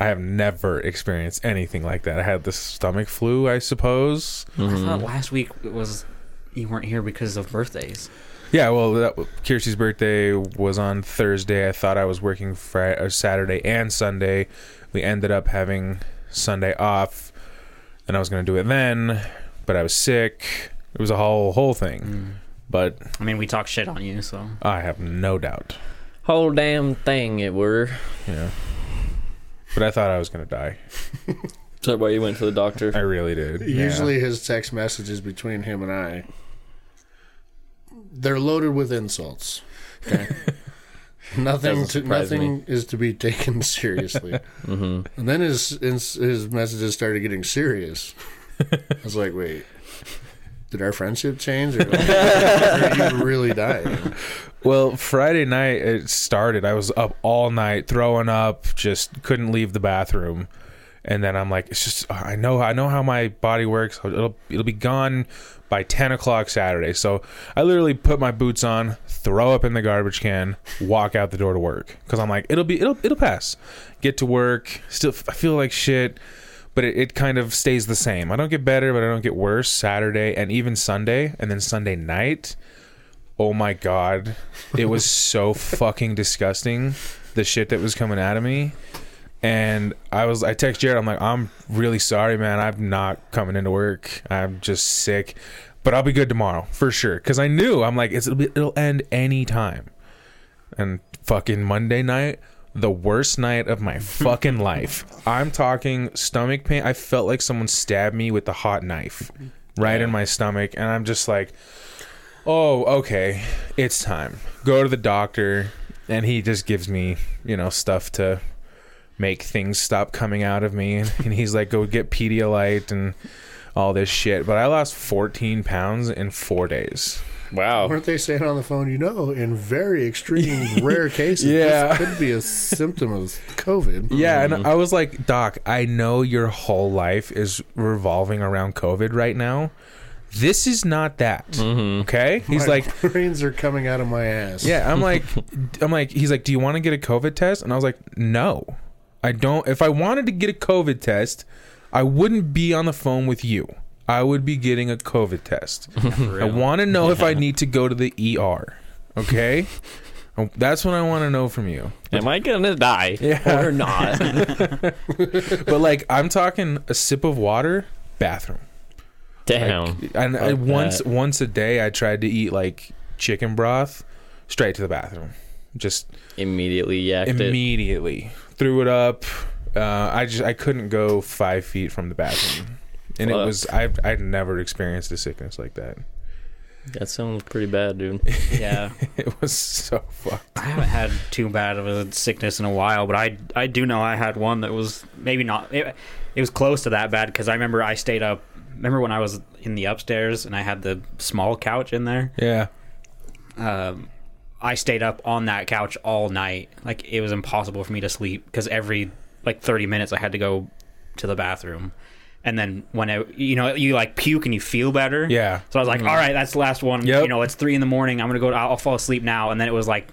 I have never experienced anything like that. I had the stomach flu, I suppose.
I thought last week it was you weren't here because of birthdays.
Yeah, well, that, Kiersey's birthday was on Thursday. I thought I was working Friday, or Saturday and Sunday. We ended up having Sunday off, and I was going to do it then, but I was sick. It was a whole whole thing. But
I mean, we talk shit on you, so
I have no doubt.
Whole damn thing, it were.
Yeah. But I thought I was going to die.
Is that why you went to the
I
doctor?
really did. Yeah.
Usually his text messages between him and I they're loaded with insults. Okay. nothing
Doesn't
to,
surprise
nothing is to be taken seriously.
Mm-hmm.
and then his, his his messages started getting serious. I was like, wait. Did our friendship change, or, are you really dying?
Well, Friday night it started. I was up all night throwing up, just couldn't leave the bathroom. And then I'm like, it's just I know I know how my body works. It'll it'll be gone by ten o'clock Saturday. So I literally put my boots on, throw up in the garbage can, walk out the door to work because I'm like, it'll be it'll it'll pass. Get to work, still I feel like shit, but it, it kind of stays the same. I don't get better, but I don't get worse. Saturday and even Sunday, and then Sunday night. Oh my god. It was so fucking disgusting the shit that was coming out of me. And I was I text Jared, I'm like, I'm really sorry, man. I'm not coming into work. I'm just sick. But I'll be good tomorrow for sure. Cause I knew I'm like, it's, it'll, be, it'll end any time. And fucking Monday night, the worst night of my fucking life. I'm talking stomach pain. I felt like someone stabbed me with a hot knife right in my stomach. And I'm just like, oh okay it's time go to the doctor and he just gives me you know stuff to make things stop coming out of me and he's like go get pedialyte and all this shit but i lost 14 pounds in four days Oh.
Wow.
Weren't they saying on the phone? You know, in very extreme, rare cases,
Yeah.
this could be a symptom of COVID.
yeah and i was like doc i know your whole life is revolving around covid right now this is not that okay he's
My
like
brains are coming out of my ass.
Yeah, I'm like, I'm like, he's like, do you want to get a COVID test? And I was like, no, I don't. If I wanted to get a COVID test, I wouldn't be on the phone with you. I would be getting a COVID test. I want to know if I need to go to the ER. Okay, Oh, that's what I want to know from you.
Am I gonna die
Yeah.
or not?
But like, I'm talking a sip of water, bathroom.
Damn.
And I,
Fuck
once
that.
once a day, I tried to eat like chicken broth, straight to the bathroom. Just
Immediately yacked it.
immediately threw it up uh, i just i couldn't go five feet from the bathroom and it
Fuck.
was i i'd never experienced a sickness like that
That sounds pretty bad, dude.
yeah.
it was so fucked
I haven't had too bad of a sickness in a while, but I I do know I had one that was maybe not it, it was close to that bad because I remember I stayed up. Remember when I was in the upstairs and I had the small couch in there?
yeah
Um, I stayed up on that couch all night. Like it was impossible for me to sleep because every like thirty minutes I had to go to the bathroom, and then when I you know you like puke and you feel better.
yeah
So I was like, all right, that's the last one.
Mm-hmm. Yep.
You know, it's three in the morning. I'm gonna go. I'll, I'll fall asleep now. And then it was like,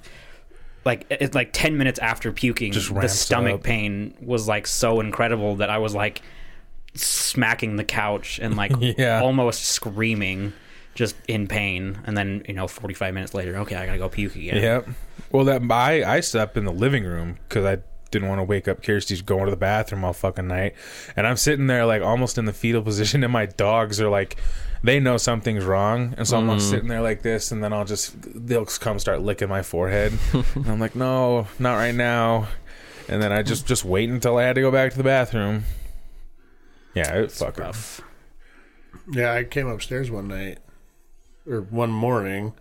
like it's like ten minutes after puking,
Just
the
ramps
stomach
up.
pain was like so incredible that I was like smacking the couch and like
Yeah.
almost screaming, just in pain. And then you know, 45 minutes later, okay, I gotta go puke again.
yep well that i i slept in the living room because i didn't want to wake up kirsty's going to the bathroom all fucking night and i'm sitting there like almost in the fetal position and my dogs are like they know something's wrong and so i'm like sitting there like this and then i'll just they'll come start licking my forehead and i'm like no not right now and then I just just wait until I had to go back to the bathroom. Yeah, it fuck rough.
Yeah, I came upstairs one night or one morning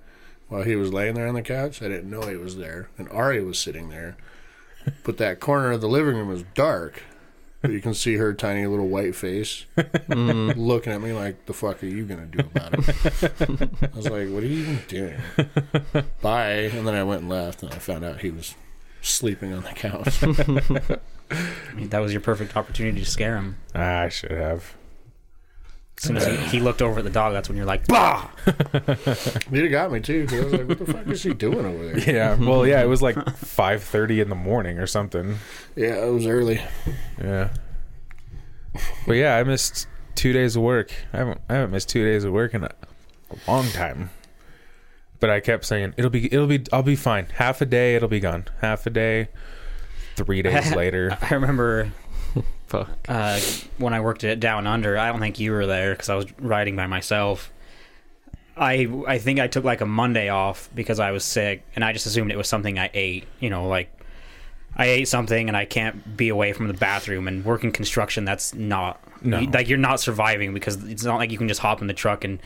while he was laying there on the couch. I didn't know he was there, and Ari was sitting there. But that corner of the living room was dark. But you can see her tiny little white face looking at me like, "The fuck are you gonna do about it?" I was like, "What are you even doing?" Bye. And then I went and left, and I found out he was sleeping on the couch.
I mean, that was your perfect opportunity to scare him.
I should have.
As soon as he, he looked over at the dog, that's when you're like, bah.
He'd have got me too. 'cause I was like, "What the fuck is he doing over there?"
Yeah. Well, yeah, it was like 5:30 in the morning or something.
Yeah, it was early.
Yeah. But yeah, I missed 2 days of work. I haven't I haven't missed 2 days of work in a, a long time. But I kept saying it'll be it'll be I'll be fine. Half a day it'll be gone. Half a day. Three days later.
I remember
Fuck.
uh, when I worked at Down Under. I don't think you were there because I was riding by myself. I I think I took like a Monday off because I was sick, and I just assumed it was something I ate. You know, like I ate something and I can't be away from the bathroom. And working construction, that's not
No.
like you're not surviving because it's not like you can just hop in the truck and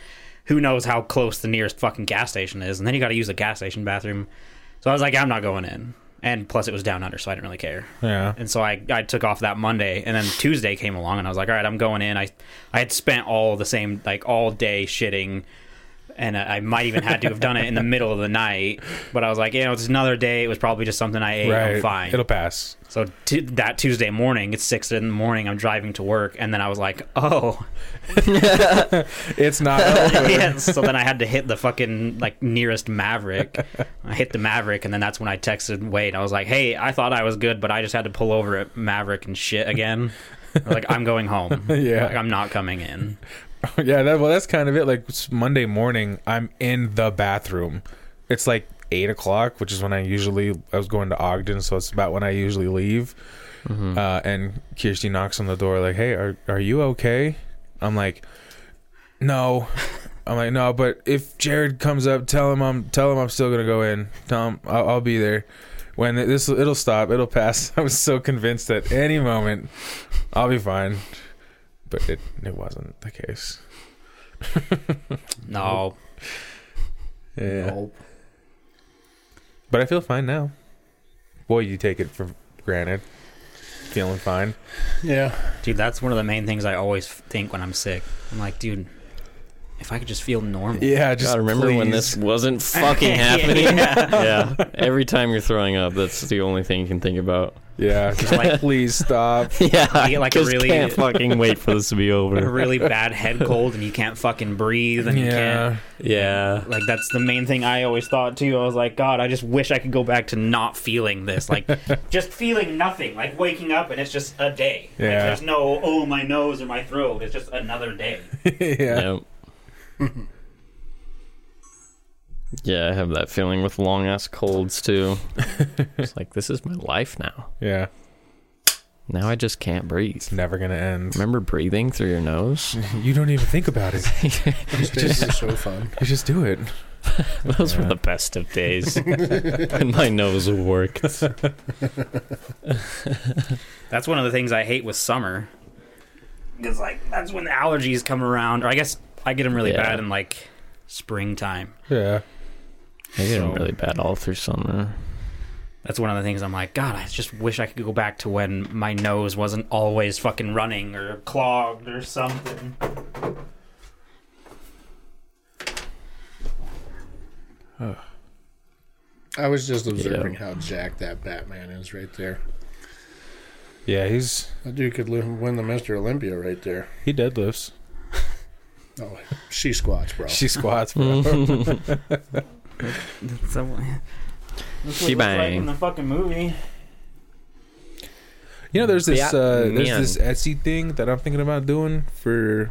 who knows how close the nearest fucking gas station is, and then you got to use the gas station bathroom. So I was like, I'm not going in. And plus, it was down under, so I didn't really care.
Yeah.
And so I, I took off that Monday, and then Tuesday came along, and I was like, all right, I'm going in. I I had spent all the same like all day shitting, and I I might even had to have done it in the middle of the night. But I was like, you know, it's another day. It was probably just something I ate.
Right.
I'm fine.
It'll pass.
So t- that Tuesday morning, it's six in the morning. I'm driving to work, and then I was like, oh,
It's not
yeah. So then I had to hit the fucking like nearest Maverick. I hit the Maverick, and then that's when I texted Wade. I was like, "Hey, I thought I was good, but I just had to pull over at Maverick and shit again." I was like I'm going home.
Yeah.
like, I'm not coming in.
yeah, that, well, that's kind of it. Like it's Monday morning, I'm in the bathroom. It's like eight o'clock, which is when I usually I was going to Ogden, so it's about when I usually leave.
Mm-hmm.
Uh, and Kirsty knocks on the door, like, "Hey, are are you okay?" I'm like, "No." I'm like, "No," but if Jared comes up, tell him I'm tell him I'm still gonna go in. Tell him I'll, I'll be there. When it- this it'll stop, it'll pass. I was so convinced that any moment I'll be fine, but it it wasn't the case.
No,
Yeah.
Nope.
But I feel fine now. Boy, you take it for granted. Feeling fine.
Yeah.
dude, that's one of the main things I always think when I'm sick. I'm like, dude, if I could just feel normal.
Yeah, just
God, remember when this wasn't fucking
Yeah,
happening?
yeah.
yeah. Every time you're throwing up, that's the only thing you can think about.
Yeah, just like
like-
please stop.
Yeah,
You get, like, a
I just
really-
can't fucking wait for this to be
A
over.
really bad head cold, and you can't fucking breathe, and you can't
Yeah,
Yeah,
Like that's the main thing I always thought too. I was like, God, I just wish I could go back to not feeling this, like just feeling nothing, like waking up and it's just a day. Like,
Yeah.
there's no oh my nose or my throat. It's just another day.
yeah.
Yep. yeah, I have that feeling with long ass colds too. it's like this is my life now.
yeah.
Now I just can't breathe.
It's never gonna end.
Remember breathing through your nose?
You don't even think about it.
These days are so fun.
You just do it.
Those were the best of days. and my nose worked.
That's one of the things I hate with summer. Because like that's when the allergies come around, or I guess I get them really
Yeah.
bad in like springtime.
Yeah.
I get
So-
them really bad all through summer.
That's one of the things I'm like, God, I just wish I could go back to when my nose wasn't always fucking running or clogged or something.
I was just observing how jacked that Batman is right there.
Yeah, he's
That dude could li- win the Mr. Olympia right there.
he deadlifts.
Oh, she squats, bro.
She squats, bro.
So, that's what it looks like
Shebang.
in the fucking movie.
you know, there's this uh there's
Yeah.
this Etsy thing that I'm thinking about doing for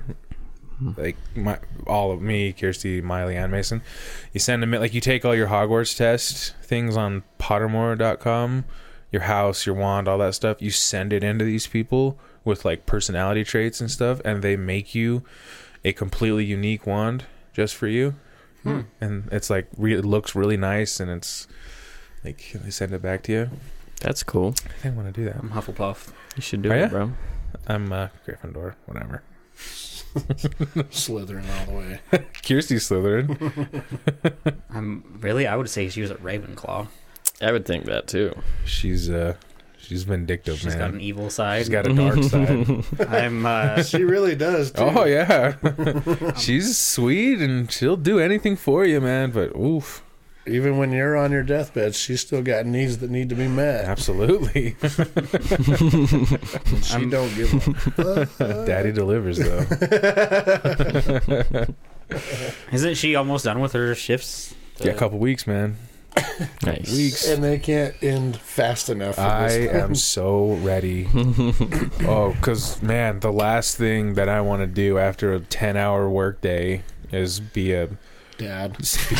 like my all of me, Kirsty, Miley, and Mason. You send them in- like you take all your Hogwarts test things on Pottermore.com, your house, your wand, all that stuff. You send it into these people with like personality traits and stuff, and they make you a completely unique wand just for you. And it's like re- it looks really nice, and it's like they send it back to you.
That's cool.
I think I want to do that.
I'm Hufflepuff.
You should do
Are
it,
ya?
bro.
I'm uh, Gryffindor, whatever.
slithering all the way.
Kirsty Slytherin.
I'm really. I would say she was a Ravenclaw.
I would think that too.
She's uh, she's vindictive,
She's
man.
got an evil side.
she's got a dark side.
I'm. Uh,
She really does. Too.
Oh yeah, she's sweet and she'll do anything for you, man. But oof,
Even when you're on your deathbed, she's still got needs that need to be met.
absolutely,
And she don't give up.
daddy delivers though.
isn't she almost done with her shifts?
yeah, a couple weeks, man.
Nice.
Weeks.
and they can't end fast enough. For
I
this
am so ready. oh, because man, the last thing that I want to do after a ten-hour workday is be a
Dad. Just be,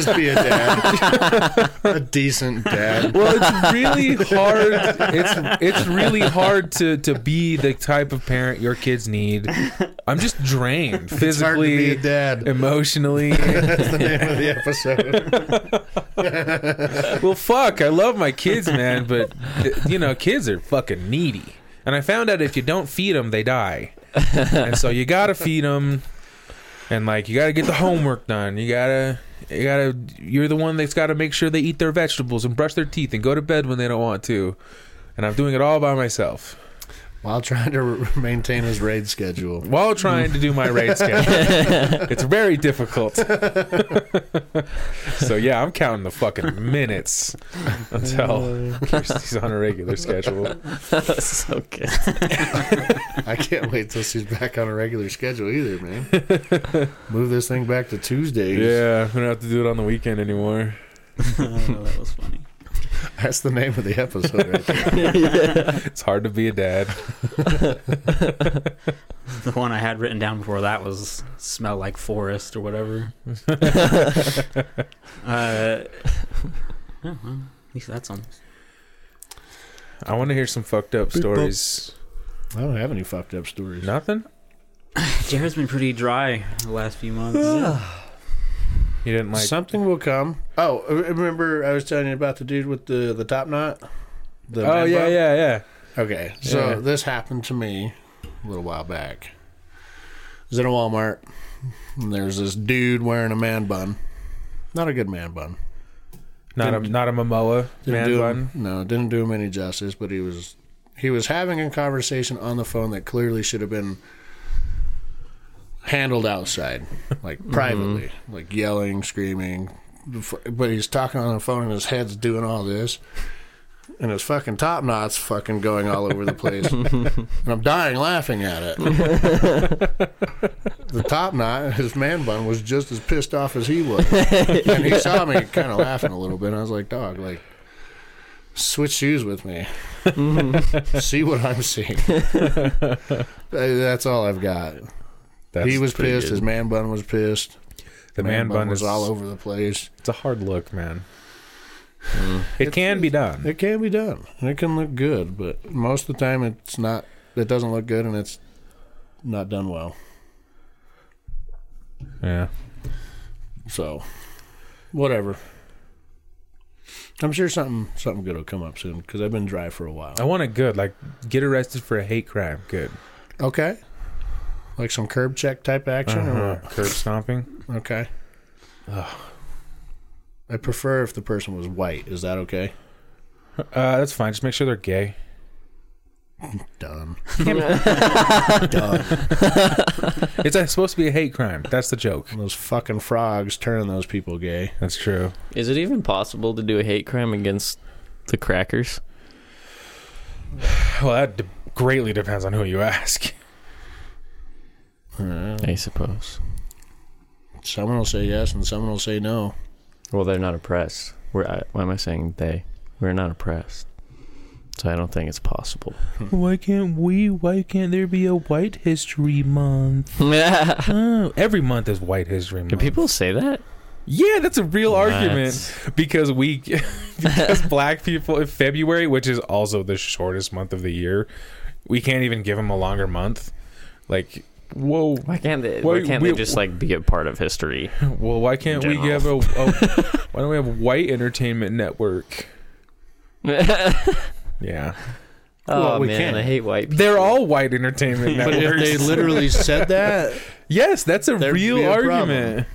just be a dad. a decent dad.
Well, it's really hard. It's it's really hard to to be the type of parent your kids need. I'm just drained
It's hard to be
physically,
a dad.
emotionally.
That's the name of the episode.
well, fuck. I love my kids, man, but you know, kids are fucking needy. And I found out if you don't feed them, they die. And so you gotta feed them, and like you gotta get the homework done. You gotta, you gotta. You're the one that's gotta make sure they eat their vegetables and brush their teeth and go to bed when they don't want to. And I'm doing it all by myself
While trying to re- maintain his raid schedule.
while trying to do my raid schedule. it's very difficult. so yeah, I'm counting the fucking minutes
Oh,
until Kirsty's on a regular schedule.
That's so good.
I can't wait till she's back on a regular schedule either, man. Move this thing back to Tuesdays.
Yeah, we don't have to do it on the weekend anymore.
oh, that was funny.
That's the name of the episode right there.
It's hard to be a dad.
The one I had written down before that was "Smell Like Forest" or whatever. uh, yeah, well, at least that's on.
I want to hear some fucked up
Beep, boop.
stories.
I don't have any fucked up stories.
Nothing?
Jared's been pretty dry the last few months.
You didn't like
Something will come. Oh, I remember I was telling you about the dude with the, the top knot? The
Oh
man
yeah,
bun?
yeah, yeah.
Okay, so
Yeah.
this happened to me a little while back. I was in a Walmart, and there's this dude wearing a man bun. Not a good man bun.
Not a not a Momoa man
do
bun.
Him, no, didn't do him any justice. But he was he was having a conversation on the phone that clearly should have been handled outside, like privately, like yelling, screaming. But he's talking on the phone, and his head's doing all this. And his fucking top knot's fucking going all over the place. and I'm dying laughing at it. the top knot, his man bun, was just as pissed off as he was. and he saw me kind of laughing a little bit. And I was like, dog, like, switch shoes with me.
Mm-hmm.
See what I'm seeing. Uh, That's all I've got.
That's,
he was
pretty
pissed.
good.
His man bun was pissed.
the man, bun,
was
is
all over the place.
It's a hard look, man.
Mm.
It can be done.
It can be done. and It can look good, but most of the time it's not. It doesn't look good, and it's not done well.
yeah.
So, whatever. I'm sure something something good will come up soon because I've been dry for a while.
I want it good. Like get arrested for a hate crime. Good. Oh.
Okay, like some curb check type action or
Uh-huh.
what?
Curb stomping.
Okay. I prefer if the person was white. Is that okay?
Uh, that's fine. Just make sure they're gay.
Done.
It's uh, supposed to be a hate crime. That's the joke.
And those fucking frogs turning those people gay.
That's true.
Is it even possible to do a hate crime against the crackers?
Well, that de- greatly depends on who you ask.
I suppose.
Someone will say yes and someone will say no.
Well, they're not oppressed. We're, I, why am I saying they? We're not oppressed. So I don't think it's possible.
Why can't we? Why can't there be a White History Month?
Can
Oh, every month is White History Month.
people say that?
yeah, that's a real argument
That's-
because we, because black people in February, which is also the shortest month of the year, we can't even give them a longer month. Like, whoa,
Why can't they?
Why-
why can't
we-
they just like be a part of history?
well, why can't we
General.
give a, a why don't we have a White Entertainment Network? Yeah,
Well,
oh
we
man,
can't.
I hate white. people.
they're all White Entertainment
But
Networks.
if they literally said that,
Yes, that's a
There'd
real
be a
argument.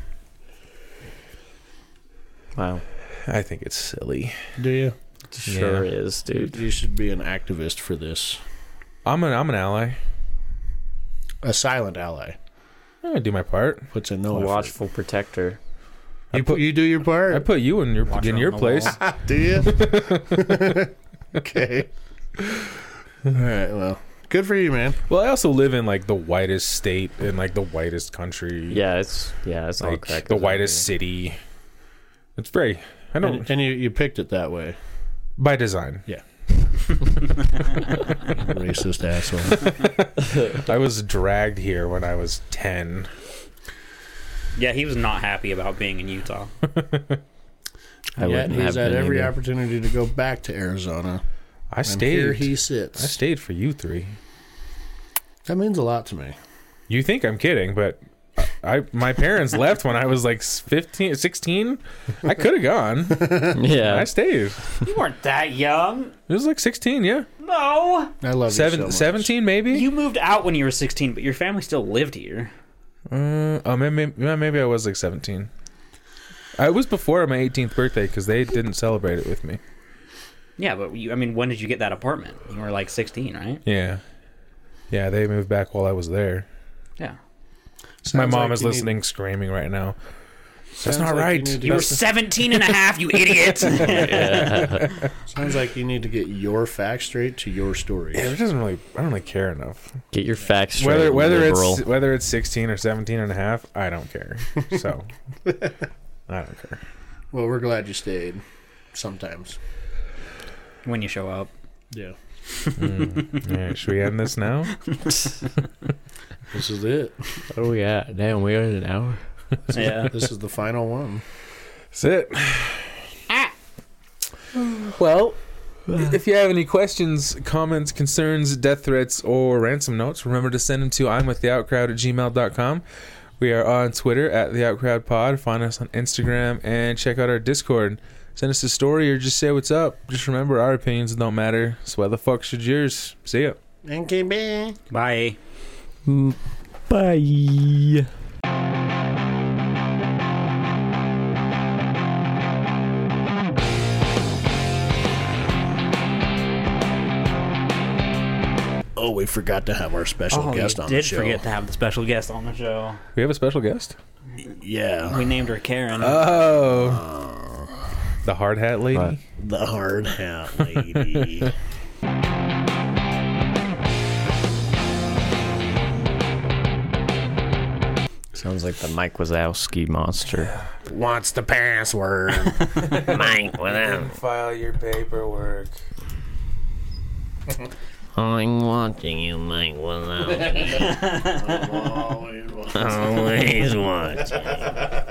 Wow,
I think it's silly.
do you?
sure is,
You,
dude.
you should be an activist for this.
I'm an I'm an ally.
A silent ally
I'm gonna do my part.
puts in no
A
effort.
watchful protector.
You put you do your
I
part.
put you in your
Watch
in
it
your
on the
place.
wall.
do you? okay. All right. Well, good for you, man.
Well, I also live in like the whitest state in like the whitest country.
Yeah, it's yeah, it's all
like
crackers.
the
over
whitest city. It's very. I don't
And, and you you picked it that way.
by design.
Racist asshole.
I was dragged here when I was ten.
Yeah, he was not happy about being in Utah.
I
Yet
wouldn't
he's
have
had
been
every
either.
opportunity to go back to Arizona.
I
and
stayed.
Here he
I
sits.
stayed for you three.
that means a lot to me.
You think I'm kidding, but I my parents left when I was like 15, 16. I could have gone. I
Yeah.
stayed.
you weren't that young.
It was like 16, yeah.
No.
I love
Seven,
you so much.
17 maybe?
You moved out when you were 16, but your family still lived here.
Uh, oh, maybe, yeah, maybe I was like 17. I was before my 18th birthday because they didn't celebrate it with me.
Yeah, but you, I mean, when did you get that apartment? You were like 16, right?
Yeah. Yeah, they moved back while I was there.
Yeah.
Sounds
my mom
like
is
you need-
listening, screaming right now. That's
sounds
not
like
right.
You need to-
You were 17 and a half, you idiot.
sounds like you need to get your facts straight to your story.
Yeah, it doesn't really. I don't really care enough.
Get your facts straight.
Whether whether
liberal.
it's whether it's 16 or 17 and a half, I don't care. So I don't care.
Well, we're glad you stayed. Sometimes.
when you show up.
Yeah.
Mm. Yeah, should we end this now?
This is it.
Where are we at? Damn, we are at an hour.
Yeah.
This is the final one.
That's it. Well, if you have any questions, comments, concerns, death threats, or ransom notes, remember to send them to I'm with the outcrowd at gmail.com. We are on Twitter at the outcrowd pod. Find us on Instagram and check out our Discord. Send us a story or just say what's up. Just remember our opinions don't matter. So why the fuck should yours? See ya.
NKB.
Bye.
Bye.
Oh, we forgot to have our special
Oh,
guest
you
on
did
the show.
forget to have the special guest on the show.
We have a special guest.
Yeah,
We named her Karen.
Uh,
Oh. The hard hat lady.
Right.
the hard hat lady.
Sounds like the Mike Wazowski monster.
Wants the password. Mike with him.
File your paperwork.
I'm watching you, Mike Wazowski.
Always wants.
Always watching.